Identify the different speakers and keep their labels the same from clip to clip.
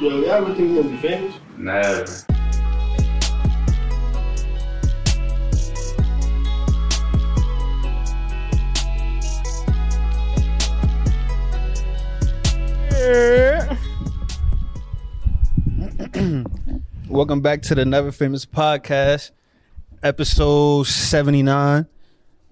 Speaker 1: Yo, y'all ever think he'll be famous?
Speaker 2: Never.
Speaker 3: Welcome back to the Never Famous Podcast, episode 79.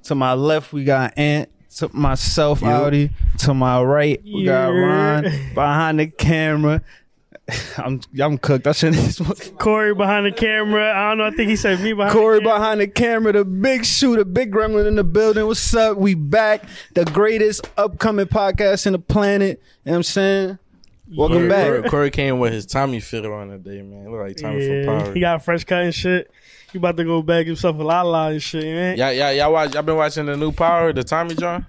Speaker 3: To my left, we got Ant. To myself, Audi. To my right, we got
Speaker 4: Yeah.
Speaker 3: Ron behind the camera. I'm I'm cooked. I shouldn't. be smoking.
Speaker 4: Corey behind the camera. I don't know. I think he said me behind.
Speaker 3: Corey
Speaker 4: the camera.
Speaker 3: behind the camera, the big shooter, big gremlin in the building. What's up? We back. The greatest upcoming podcast in the planet. You know what I'm saying? Welcome
Speaker 5: Corey,
Speaker 3: back.
Speaker 5: Corey, Corey came with his Tommy fitter on that day, man. Look like Tommy
Speaker 4: yeah,
Speaker 5: from Power.
Speaker 4: He
Speaker 5: Y'all,
Speaker 4: got a fresh cut and shit. You about to go bag himself a la la and shit, man.
Speaker 5: y'all, y'all, watch, y'all been watching the new Power, the Tommy John?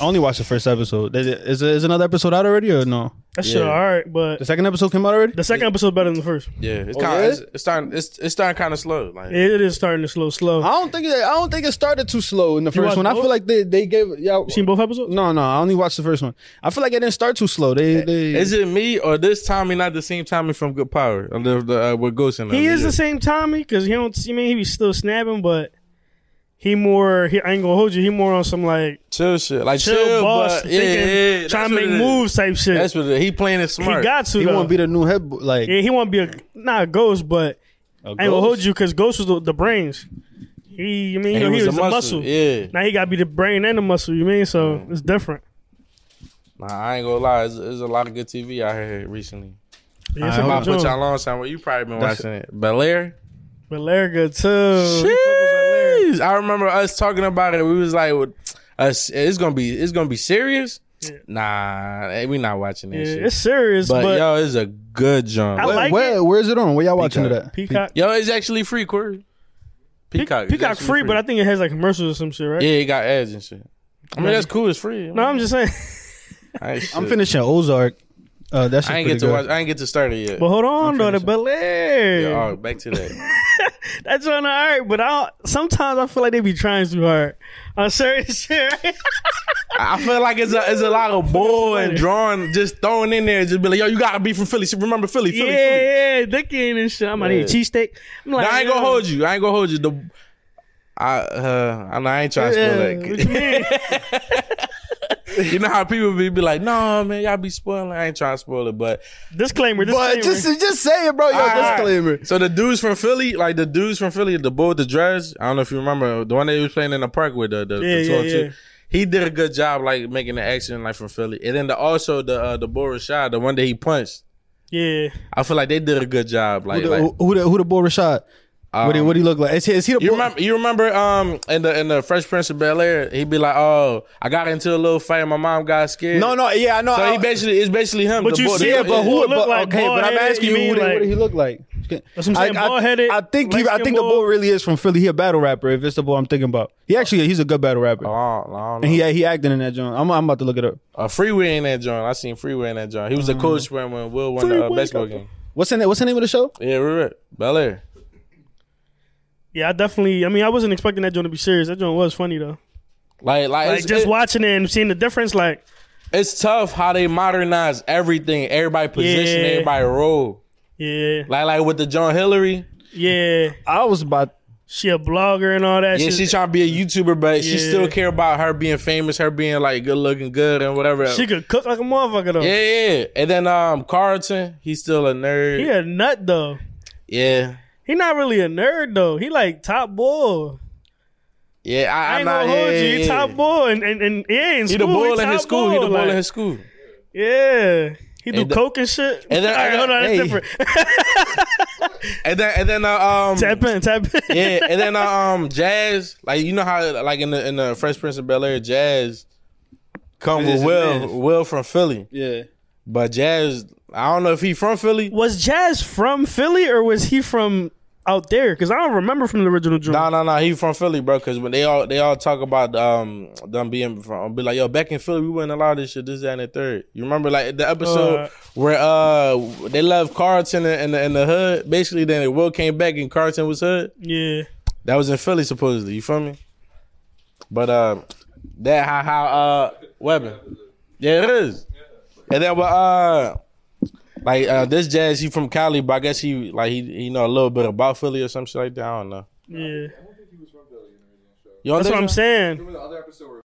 Speaker 3: I only watched the first episode. Is, it, is, it, is another episode out already or no?
Speaker 4: That shit
Speaker 5: Yeah.
Speaker 4: all right, but
Speaker 3: The second episode came out already?
Speaker 4: the second episode's better than the first.
Speaker 5: Yeah, it's
Speaker 3: Oh,
Speaker 5: kind of
Speaker 3: really?
Speaker 5: it's, it's starting it's, it's starting kind of slow. Like
Speaker 4: It is starting to slow, slow.
Speaker 3: I don't think it, I don't think it started too slow in the first
Speaker 4: watched
Speaker 3: one. I
Speaker 4: both?
Speaker 3: feel like they they gave y'all.
Speaker 4: You seen both episodes?
Speaker 3: No, no, I only watched the first one. I feel like it didn't start too slow. They they
Speaker 5: Eh, is it me or this Tommy not the same Tommy from Good Power? Or the, the, uh, with Ghost in
Speaker 4: He
Speaker 5: him,
Speaker 4: is
Speaker 5: yeah.
Speaker 4: the same Tommy because he don't. You mean he was still snapping, but he more. He, I ain't gonna hold you. He more on some like
Speaker 5: chill shit, like
Speaker 4: chill,
Speaker 5: chill,
Speaker 4: boss,
Speaker 5: but yeah,
Speaker 4: thinking,
Speaker 5: yeah, yeah,
Speaker 4: trying
Speaker 5: that's
Speaker 4: to
Speaker 5: what
Speaker 4: make
Speaker 5: it is.
Speaker 4: moves type shit.
Speaker 5: That's what it is. he playing it
Speaker 4: he
Speaker 5: smart.
Speaker 4: got to.
Speaker 3: he
Speaker 4: though.
Speaker 3: won't be the new head bo- like.
Speaker 4: yeah, he won't be a not a ghost, but
Speaker 3: a
Speaker 4: I ain't gonna
Speaker 3: ghost.
Speaker 4: hold you because Ghost was the, the brains. He, you mean,
Speaker 5: And
Speaker 4: you know, he, was,
Speaker 5: a
Speaker 4: the muscle.
Speaker 5: Yeah,
Speaker 4: Now he gotta be the brain and the muscle. You mean so
Speaker 5: Mm.
Speaker 4: it's different.
Speaker 5: nah, I ain't gonna lie. It's, it's a lot of good TV out here recently.
Speaker 4: Yeah,
Speaker 3: Alright,
Speaker 4: it's
Speaker 5: I'm
Speaker 4: about
Speaker 5: about to put
Speaker 4: doing.
Speaker 5: y'all on somewhere. You probably been
Speaker 3: That's-
Speaker 5: watching it. Bel Air.
Speaker 4: Belair good too.
Speaker 5: Jeez. I remember us talking about it. We was like, "With us, it's gonna be, it's gonna be serious."
Speaker 4: Yeah.
Speaker 5: Nah, eh, we not watching that
Speaker 4: Yeah,
Speaker 5: shit.
Speaker 4: it's serious,
Speaker 5: but,
Speaker 4: but,
Speaker 5: yo, it's a good jump.
Speaker 4: I
Speaker 3: where,
Speaker 4: like
Speaker 3: where- where's it on? Where y'all watching it
Speaker 5: Peacock.
Speaker 3: at?
Speaker 4: Peacock,
Speaker 5: yo, it's actually free, Corey. Peacock,
Speaker 4: Peacock,
Speaker 5: it's
Speaker 4: Peacock
Speaker 5: actually
Speaker 4: free, but I think it has like commercials or some shit, right?
Speaker 5: yeah, it got ads and shit. I mean, that's cool. It's free.
Speaker 4: No, I'm just saying.
Speaker 5: I ain't,
Speaker 3: I'm
Speaker 5: shit.
Speaker 3: finishing Ozark. Uh, that's
Speaker 5: I ain't get to watch. I ain't get to start it yet.
Speaker 4: But hold on, though, the
Speaker 5: finishing.
Speaker 4: Belair.
Speaker 5: Yeah, all right, back to that.
Speaker 4: That's on all right, but I sometimes I feel like they be trying too hard on certain shit. Right?
Speaker 5: I I feel like it's a it's a lot of bull and drawing, just throwing in there, just be like, yo, you gotta be from Philly. Remember Philly, Philly, Philly.
Speaker 4: yeah, yeah, dicky and shit. I'm gonna
Speaker 5: Yeah.
Speaker 4: eat cheesesteak. I'm like,
Speaker 5: Nah, I ain't gonna
Speaker 4: yo.
Speaker 5: hold you. I ain't gonna hold you. The I uh I, know I ain't trying to spoil
Speaker 4: Yeah, what you
Speaker 5: that.
Speaker 4: mean?
Speaker 5: you know how people be, be like, no man, y'all be spoiling. I ain't trying to spoil it, but
Speaker 4: disclaimer, disclaimer.
Speaker 3: But just just say it, bro. Yo,
Speaker 5: All right.
Speaker 3: disclaimer.
Speaker 5: so the dudes from Philly, like the dudes from Philly, the boy with the dreads. I don't know if you remember the one that he was playing in the park with the the, the
Speaker 4: Yeah, yeah,
Speaker 5: 202.
Speaker 4: yeah.
Speaker 5: He did a good job like making the action like from Philly, and then the, also the uh, the boy Rashad, the one that he punched.
Speaker 4: yeah,
Speaker 5: I feel like they did a good job. Like,
Speaker 3: Who the,
Speaker 5: like
Speaker 3: who, who the who the boy Rashad? what he what he look like? Is he, is he the
Speaker 5: Um, You
Speaker 3: boy?
Speaker 5: remember? You remember? Um, in the in the Fresh Prince of Bel Air, he'd be like, "Oh, I got into a little fight. and My mom got scared."
Speaker 3: No, no, yeah, I know.
Speaker 5: So
Speaker 3: I-
Speaker 5: he basically it's basically him.
Speaker 4: Uh, But
Speaker 5: the
Speaker 4: you
Speaker 5: boy-
Speaker 4: see
Speaker 5: the-
Speaker 3: yeah, but who?
Speaker 4: Who look
Speaker 3: But,
Speaker 4: like
Speaker 3: okay, but I'm
Speaker 4: bald-headed,
Speaker 3: asking
Speaker 4: you
Speaker 3: you, who,
Speaker 4: mean,
Speaker 3: the- what
Speaker 4: like-
Speaker 3: did he look like?
Speaker 4: That's what I'm saying,
Speaker 3: I- I-
Speaker 4: bald-headed,
Speaker 3: I, think he, I think the
Speaker 4: light-skinned
Speaker 3: boy
Speaker 4: boy.
Speaker 3: really is from Philly. He a battle rapper. If it's the boy I'm thinking about, he actually he's a good battle rapper.
Speaker 5: Oh, I don't know.
Speaker 3: And he he acting in that joint. I'm I'm about to look it up.
Speaker 5: Uh, freeway in that joint. I seen freeway in that joint. He was the coach when when Will won the uh,
Speaker 4: Freeway.
Speaker 5: basketball game.
Speaker 3: What's in it? What's the name of the show?
Speaker 5: Yeah, we're right. Bel Air.
Speaker 4: yeah. I definitely. I mean, I wasn't expecting that joint to be serious. That joint was funny though.
Speaker 5: Like like,
Speaker 4: Like
Speaker 5: it's,
Speaker 4: just
Speaker 5: it-
Speaker 4: watching it and seeing the difference. Like
Speaker 5: it's tough how they modernize everything. Everybody position,
Speaker 4: Yeah.
Speaker 5: everybody role.
Speaker 4: yeah,
Speaker 5: Like like with the John Hillary.
Speaker 4: yeah.
Speaker 3: I was about.
Speaker 4: She a blogger and all that.
Speaker 5: Yeah,
Speaker 4: shit.
Speaker 5: she trying to be a YouTuber, but she
Speaker 4: Yeah.
Speaker 5: still care about her being famous, her being like good looking, good and whatever.
Speaker 4: she could cook like a motherfucker though.
Speaker 5: Yeah, yeah. And then um Carlton, he's still a nerd.
Speaker 4: He a nut though.
Speaker 5: Yeah.
Speaker 4: He not really a nerd though. He like top boy.
Speaker 5: Yeah, I,
Speaker 4: I
Speaker 5: I'm
Speaker 4: ain't
Speaker 5: not
Speaker 4: gonna hold you.
Speaker 5: yeah,
Speaker 4: He
Speaker 5: yeah,
Speaker 4: top
Speaker 5: yeah.
Speaker 4: boy and and, and yeah, in
Speaker 5: He the
Speaker 4: school,
Speaker 5: bull in
Speaker 4: top
Speaker 5: his school.
Speaker 4: Boy.
Speaker 5: He the bull
Speaker 4: like,
Speaker 5: in his school.
Speaker 4: Yeah, he do
Speaker 5: And the-
Speaker 4: coke and shit.
Speaker 5: and then-
Speaker 4: all right, hold on, that's
Speaker 5: hey.
Speaker 4: different.
Speaker 5: And then and then uh, um
Speaker 4: tap in, tap in.
Speaker 5: yeah, and then uh, um Jazz, like you know how like in the in the Fresh Prince of Bel Air, Jazz come with
Speaker 3: This is
Speaker 5: Will,
Speaker 3: Jazz.
Speaker 5: Will from Philly,
Speaker 3: Yeah.
Speaker 5: but Jazz, I don't know if he from Philly.
Speaker 4: Was Jazz from Philly or was he from out there? Because I don't remember from the original joint.
Speaker 5: No, no, no. He from Philly, bro. Because when they all they all talk about um them being from, be like, yo, back in Philly, we wouldn't allow this shit. This, that, and the third. You remember like the episode
Speaker 4: Uh.
Speaker 5: where uh they left Carlton in, in the in the hood. Basically, then Will came back and Carlton was hood.
Speaker 4: Yeah.
Speaker 5: That was in Philly, supposedly. You feel me? But uh, that how how uh Weber. Yeah, it is. And then what uh Like uh, this jazz, he from Cali, but I guess he like he he know a little bit about Philly or some shit like that. I don't know.
Speaker 4: Yeah,
Speaker 1: I don't think he was from Philly in the original show.
Speaker 5: You don't
Speaker 4: that's what I'm
Speaker 5: think so?
Speaker 4: saying.
Speaker 1: Remember the other episode where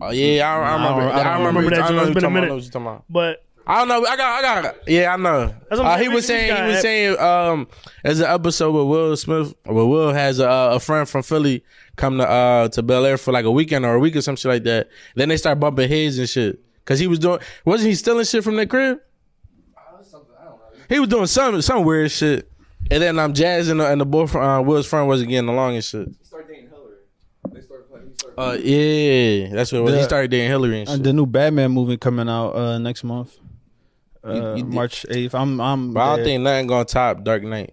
Speaker 5: Oh, yeah, I, I remember.
Speaker 3: I don't-
Speaker 5: I, remember.
Speaker 4: remember that
Speaker 5: I know
Speaker 4: joint. It's
Speaker 5: what
Speaker 4: been a
Speaker 5: you're talking about. I
Speaker 4: minute.
Speaker 5: know what you're talking about.
Speaker 4: But
Speaker 5: I don't know. I got. I got. Yeah, I know.
Speaker 4: That's what I'm
Speaker 5: Uh, he
Speaker 4: saying.
Speaker 5: was saying. He
Speaker 4: He's
Speaker 5: was
Speaker 4: got-
Speaker 5: saying. Um, as an episode with Will Smith, where Will has a, uh, a friend from Philly come to uh to Bel Air for like a weekend or a week or some shit like that. Then they start bumping heads and shit. Cause he was doing. Wasn't he stealing shit from the crib?
Speaker 1: I was something I don't know.
Speaker 5: He was doing some some weird shit. And then um, Jazz and the, and the boyfriend, uh, Will's friend, wasn't getting along and shit.
Speaker 1: He started dating Hillary. They started playing. He started
Speaker 5: Uh, yeah, that's what it was. He
Speaker 3: The-
Speaker 5: started dating Hillary and shit.
Speaker 3: And the new Batman movie coming out uh, next month, uh,
Speaker 5: You- you did-
Speaker 3: March eighth. I'm, I'm.
Speaker 5: but I don't
Speaker 3: there.
Speaker 5: think nothing gonna top Dark Knight.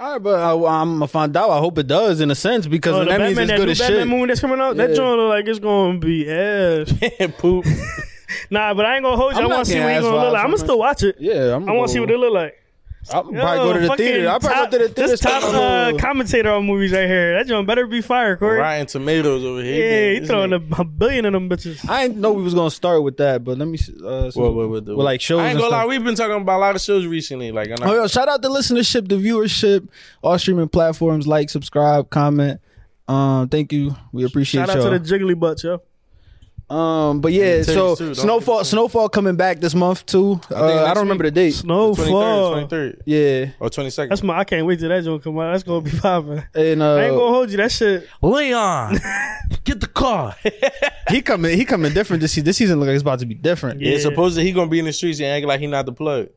Speaker 3: All right, but I, I'm gonna find out. I hope it does in a sense because
Speaker 4: oh, the
Speaker 3: that
Speaker 4: Batman,
Speaker 3: means it's
Speaker 4: that
Speaker 3: good
Speaker 4: new
Speaker 3: as
Speaker 4: Batman
Speaker 3: shit.
Speaker 4: movie that's coming out,
Speaker 3: Yeah.
Speaker 4: that joint look like it's gonna be ass.
Speaker 5: Poop.
Speaker 4: Nah, but I ain't gonna hold you.
Speaker 3: I'm
Speaker 4: i
Speaker 3: not
Speaker 4: want to see
Speaker 3: getting
Speaker 4: what
Speaker 3: ass
Speaker 4: it's gonna
Speaker 3: vibes
Speaker 4: look like.
Speaker 3: from
Speaker 4: I'm gonna
Speaker 3: that.
Speaker 4: still watch it.
Speaker 3: Yeah, I'm.
Speaker 4: I want to see what it look like.
Speaker 3: I'll probably go to
Speaker 4: Yo,
Speaker 3: the theater. I'll probably go to
Speaker 4: fucking
Speaker 3: the
Speaker 4: top-
Speaker 3: theater.
Speaker 4: This top
Speaker 3: start a
Speaker 4: uh,
Speaker 3: little-
Speaker 4: commentator on movies right here. That joint better be fire, Corey.
Speaker 5: Rotten Tomatoes over here.
Speaker 4: Yeah, he
Speaker 5: This
Speaker 4: throwing
Speaker 5: nigga-
Speaker 4: a, a billion of them bitches.
Speaker 3: I didn't know we was gonna start with that, but let me. see, Uh, see-
Speaker 5: What, what, what, what?
Speaker 3: Well, like shows
Speaker 5: I ain't
Speaker 3: and
Speaker 5: gonna
Speaker 3: stuff.
Speaker 5: lie, we've been talking about a lot of shows recently. Like, and I,
Speaker 3: Oh, yo, shout out the listenership, the viewership, all streaming platforms. Like, subscribe, comment. Um, thank you. We appreciate
Speaker 4: Shout out
Speaker 3: y'all.
Speaker 4: to the Jiggly Butt, yo.
Speaker 3: um, but yeah,
Speaker 5: And the titties,
Speaker 3: so
Speaker 5: too. Don't
Speaker 3: snowfall,
Speaker 5: forget the titties.
Speaker 3: snowfall coming back this month too. Uh,
Speaker 5: think
Speaker 3: I
Speaker 5: next
Speaker 3: don't remember the date.
Speaker 4: Snowfall.
Speaker 5: 23rd, 23rd,
Speaker 3: Yeah,
Speaker 5: or 22nd.
Speaker 4: That's my. I can't wait till that joint come out. That's gonna be popping.
Speaker 3: and
Speaker 4: I ain't gonna
Speaker 3: uh,
Speaker 4: hold you. That shit.
Speaker 5: Leon, get the car. yeah,
Speaker 3: he coming, he coming different this season. This season look like it's about to be different.
Speaker 4: Yeah.
Speaker 5: supposedly he gonna be in the streets and act like he not the plug.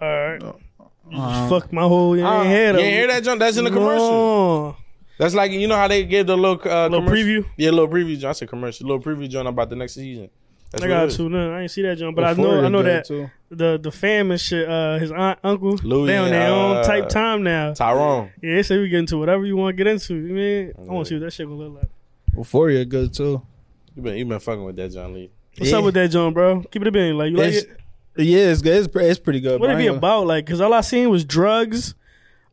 Speaker 4: All right. You
Speaker 3: Um,
Speaker 4: just fuck my whole
Speaker 5: Uh,
Speaker 4: head
Speaker 5: you
Speaker 4: up.
Speaker 5: ain't hear that, John? That's in the commercial.
Speaker 4: No.
Speaker 5: That's like you know how they give the little uh,
Speaker 4: Little
Speaker 5: commercial?
Speaker 4: preview?
Speaker 5: Yeah, little preview. John. I said commercial. Little preview, John, about the next season. That's
Speaker 4: I
Speaker 5: what it
Speaker 4: gotta
Speaker 5: is.
Speaker 4: tune in. I ain't see that joint, but I
Speaker 3: Euphoria
Speaker 4: know. I know
Speaker 3: good,
Speaker 4: that
Speaker 3: too.
Speaker 4: the the fam and shit. Uh, his aunt, uncle,
Speaker 5: Louis
Speaker 4: they on their
Speaker 5: and,
Speaker 4: own
Speaker 5: uh,
Speaker 4: type time now.
Speaker 5: Tyrone.
Speaker 4: Yeah, they say we get into whatever you want to get into. You mean I want to see what that shit gonna look like.
Speaker 3: Euphoria good too.
Speaker 5: You been you been fucking with that, John Lee.
Speaker 4: What's
Speaker 3: Yeah.
Speaker 4: up with that joint, bro? Keep it a bean. Like you like
Speaker 3: It's-
Speaker 4: it?
Speaker 3: Yeah, it's good. It's, pre- it's pretty good.
Speaker 4: What
Speaker 3: but
Speaker 4: it
Speaker 3: I
Speaker 4: be
Speaker 3: ain't gonna-
Speaker 4: about? Like, cause all I seen was drugs.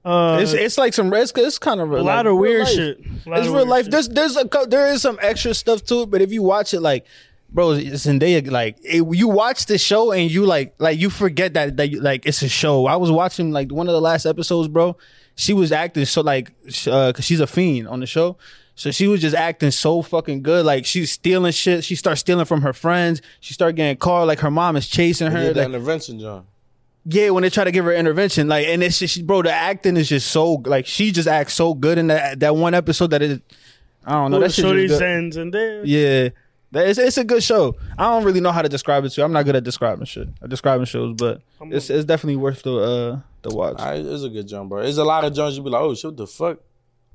Speaker 4: Uh,
Speaker 3: It's it's like some it's, it's kind of
Speaker 4: a lot of weird shit. A lot
Speaker 3: It's
Speaker 4: of
Speaker 3: real
Speaker 4: weird
Speaker 3: life.
Speaker 4: shit.
Speaker 3: There's there's a cou- there is some extra stuff to it, but if you watch it, like, bro, Zendaya, like, it, you watch the show and you like like you forget that that you, like it's a show. I was watching like one of the last episodes, bro. She was acting so like sh- uh, cause she's a fiend on the show. So she was just acting so fucking good. Like she's stealing shit. She starts stealing from her friends. She start getting caught. Like her mom is chasing
Speaker 5: He
Speaker 3: her.
Speaker 5: did
Speaker 3: like-
Speaker 5: that intervention, John.
Speaker 3: yeah, when they try to give her intervention, like, and it's just, bro, the acting is just so, like, she just acts so good in that that one episode that it, I don't know,
Speaker 4: Ooh,
Speaker 3: that shit
Speaker 4: shorty
Speaker 3: was good.
Speaker 4: Zans and there.
Speaker 3: yeah, that, it's it's a good show. I don't really know how to describe it to. you. I'm not good at describing shit, at describing shows, but
Speaker 4: I'm
Speaker 3: it's it's definitely worth the uh the watch.
Speaker 5: I, it's a good John, bro. It's a lot of Johns you be like, oh shit, what the fuck?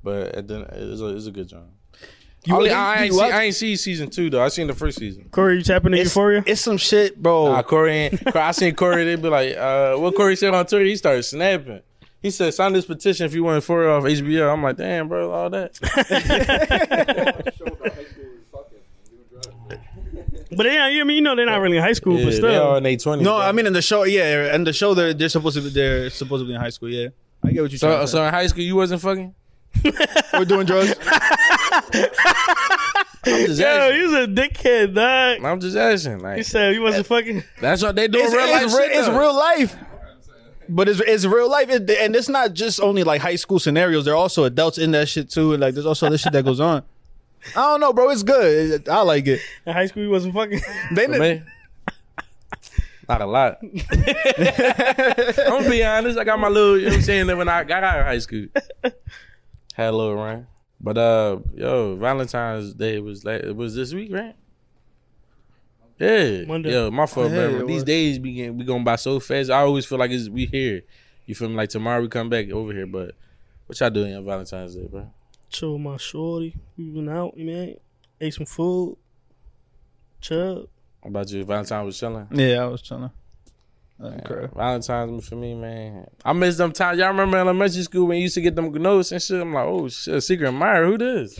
Speaker 5: But at the, it's a it's a good Oh, John.
Speaker 3: You
Speaker 5: Only-
Speaker 3: really-
Speaker 5: I, ain't
Speaker 3: you
Speaker 5: see,
Speaker 3: watch-
Speaker 5: I ain't see season two though. I seen the first season.
Speaker 4: Corey, you tapping into
Speaker 3: it's,
Speaker 4: Euphoria?
Speaker 3: it's some shit, bro.
Speaker 5: Nah, Corey, ain't- Corey- I seen Corey. They be like, uh, what Corey said on Twitter? He started snapping. He said, sign this petition if you want for off HBO. I'm like, damn, bro, all that.
Speaker 1: a show about high school and fucking and doing drugs.
Speaker 4: but yeah, I mean, you know, they're not really in high school,
Speaker 5: Yeah,
Speaker 4: but
Speaker 5: they all
Speaker 4: still.
Speaker 5: in their twenties.
Speaker 3: no, I mean in the show, yeah, in the show they're they're supposed to be they're supposed to be in high school, yeah. I get what you're
Speaker 5: so,
Speaker 3: saying.
Speaker 5: so in high school you wasn't fucking.
Speaker 3: We're doing drugs.
Speaker 5: I'm just
Speaker 4: Yo,
Speaker 5: asking.
Speaker 4: he's a dickhead, dog.
Speaker 5: I'm just asking. Like
Speaker 4: He said you wasn't fucking.
Speaker 5: that's what they do.
Speaker 3: it's,
Speaker 5: in real
Speaker 3: it's
Speaker 5: life
Speaker 3: re-
Speaker 5: shit,
Speaker 3: it's
Speaker 5: though.
Speaker 3: real life. But it's it's real life, it, and it's not just only like high school scenarios. There are also adults in that shit too, and like there's also other shit that goes on. I don't know, bro. It's good. It- I like it.
Speaker 4: In high school, you wasn't fucking.
Speaker 3: They
Speaker 5: For me, not a lot. I'm gonna be honest. I got my little. You know what I'm saying? That when I got out of high school, had a little run. But uh, yo, Valentine's Day was like it was this week, right? Yeah,
Speaker 4: Monday.
Speaker 5: Yo, my fault,
Speaker 3: Yeah,
Speaker 5: man.
Speaker 3: it
Speaker 5: These
Speaker 3: was.
Speaker 5: days be getting, be going by so fast. I always feel like it's we here. You feel me? Like tomorrow we come back over here, but. What y'all doing on Valentine's Day, bro?
Speaker 4: Chill with my shorty. We went out, you know, ate some food, chill.
Speaker 5: How about you? Valentine was chilling.
Speaker 3: yeah, I was trying to.
Speaker 5: Valentine's for me, man. I miss them times. Y'all remember elementary school when you used to get them notes and shit? I'm like, oh shit, secret admirer, who this?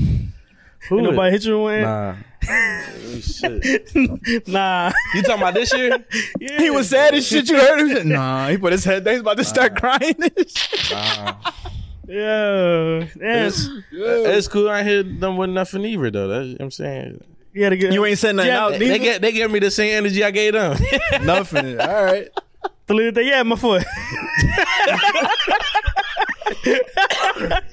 Speaker 5: Who
Speaker 4: Ain't
Speaker 5: it?
Speaker 4: nobody hit you with one?
Speaker 5: Nah. oh, shit.
Speaker 4: Nah.
Speaker 5: You talking about this year?
Speaker 4: Yeah.
Speaker 3: He was sad as shit. You heard him? He said, Nah, he put his head down. He's about to start crying.
Speaker 5: Nah.
Speaker 4: Yeah.
Speaker 5: It's,
Speaker 4: That's,
Speaker 5: it's cool. I ain't hit them with nothing either though. That's, you know what I'm saying.
Speaker 4: You had a good.
Speaker 3: You ain't said nothing
Speaker 4: yeah,
Speaker 3: out,
Speaker 4: they-
Speaker 5: They get they give me the same energy I gave them.
Speaker 3: Nothing. All right.
Speaker 4: Deleted that. Yeah, my foot.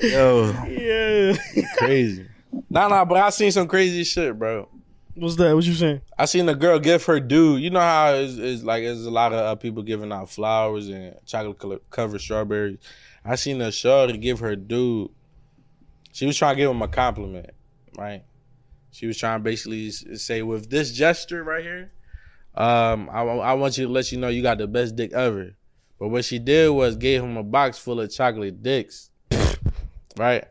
Speaker 5: Yo,
Speaker 4: yeah.
Speaker 5: crazy. Nah, nah, but I seen some crazy shit, bro.
Speaker 4: What's that? What you saying?
Speaker 5: I seen a girl give her dude. You know how it's, it's like there's a lot of uh, people giving out flowers and chocolate color, covered strawberries. I seen a shorty give her dude. She was trying to give him a compliment, right? She was trying to basically s- say with this gesture right here, um, I, wa- I want you to let you know you got the best dick ever. But what she did was gave him a box full of chocolate dicks, right?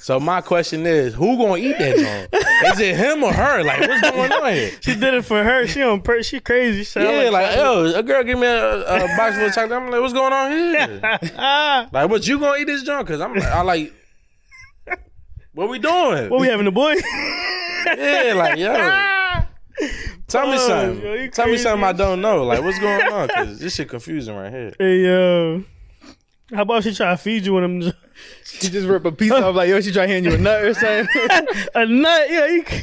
Speaker 5: So my question is, who gonna eat that? Joint? Is it him or her? Like, what's going on here?
Speaker 4: She did it for her. She on per. She crazy. She sound
Speaker 5: Yeah, like,
Speaker 4: chocolate.
Speaker 5: yo, a girl give me a, a box full of chocolate. I'm like, what's going on here?
Speaker 4: ah,
Speaker 5: like, what you gonna eat this junk? Cause I'm, like, I like, what we doing?
Speaker 4: what we having the boy?
Speaker 5: yeah, like, yo, tell me
Speaker 4: Pause,
Speaker 5: something.
Speaker 4: yo, you
Speaker 5: tell me
Speaker 4: crazy
Speaker 5: something I
Speaker 4: as
Speaker 5: don't know. Like, what's going on? Cause this shit confusing right here.
Speaker 4: hey yo, how about she try to feed you one of them?
Speaker 3: She just ripped a piece off like, yo, she try to hand you a nut or something.
Speaker 4: A nut? Yeah, you. c-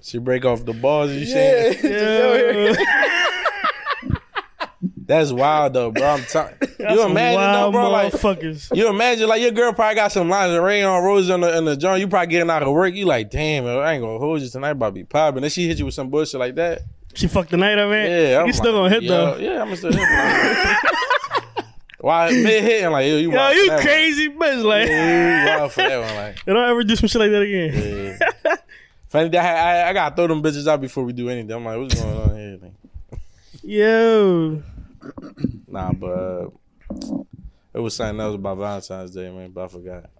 Speaker 5: She break off the balls. You
Speaker 3: yeah.
Speaker 5: saying
Speaker 3: Just over here.
Speaker 5: that's wild though, bro. I'm telling you.
Speaker 4: Some
Speaker 5: Imagine though,
Speaker 4: wild
Speaker 5: bro. Like,
Speaker 4: motherfuckers.
Speaker 5: You imagine like your girl probably got some lingerie on, roses on the in the joint. You probably getting out of work. You like, damn, I ain't gonna hold you tonight. About to be popping. Then she hit you with some bullshit like that.
Speaker 4: She fucked the night of it.
Speaker 5: Yeah, I'm
Speaker 4: you still
Speaker 5: like,
Speaker 4: gonna hit
Speaker 5: yo,
Speaker 4: though.
Speaker 5: Yeah, I'm still hit. Why mid hitting like yo, you
Speaker 4: Yo,
Speaker 5: wild
Speaker 4: you
Speaker 5: for that
Speaker 4: crazy bitch. Like,
Speaker 5: One. Yeah, you wild for that one. Like,
Speaker 4: they don't ever do some shit like that again.
Speaker 5: yeah. Funny that I, I, I gotta throw them bitches out before we do anything. I'm like, what's going on here? Like,
Speaker 4: Yo,
Speaker 5: nah, but uh, it was something else about Valentine's Day, man. But I forgot.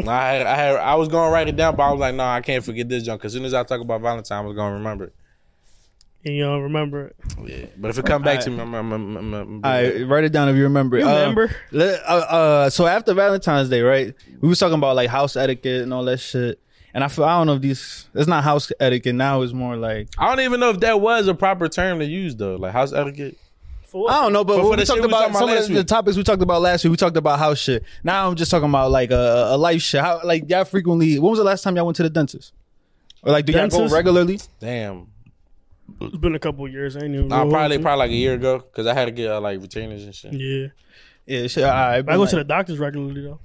Speaker 5: Nah, I had, I had, I was gonna write it down, but I was like, no, I can't forget this junk. Cause as soon as I talk about Valentine, I was gonna remember it.
Speaker 4: and you don't remember it.
Speaker 5: Yeah, but if it come back to me, I'm, I'm, I'm, I'm, I'm
Speaker 3: All right, write it down if you remember. it.
Speaker 4: You
Speaker 3: Uh,
Speaker 4: remember?
Speaker 3: let- uh, uh, so after Valentine's Day, right? We was talking about like house etiquette and all that shit. And I feel I don't know if these it's not house etiquette now. It's more like
Speaker 5: I don't even know if that was a proper term to use though, like house etiquette.
Speaker 4: For what?
Speaker 3: I don't know, but,
Speaker 5: But for
Speaker 3: when we
Speaker 5: the shit
Speaker 3: talked
Speaker 5: we
Speaker 3: about
Speaker 5: talking
Speaker 3: some
Speaker 5: about
Speaker 3: of
Speaker 5: last
Speaker 3: the, the
Speaker 5: week.
Speaker 3: topics we talked about last week. We talked about house shit. Now I'm just talking about like a, a life shit. How like y'all frequently? When was the last time y'all went to the dentist? Or like, do y'all
Speaker 4: Dentist?
Speaker 3: go regularly?
Speaker 5: Damn,
Speaker 4: It's been a couple of years. I ain't even.
Speaker 5: nah,
Speaker 4: know.
Speaker 5: probably probably like a year ago, cause I had to get uh, like retainers and shit.
Speaker 4: Yeah,
Speaker 3: Yeah, shit. All right,
Speaker 4: I go to the doctors regularly though.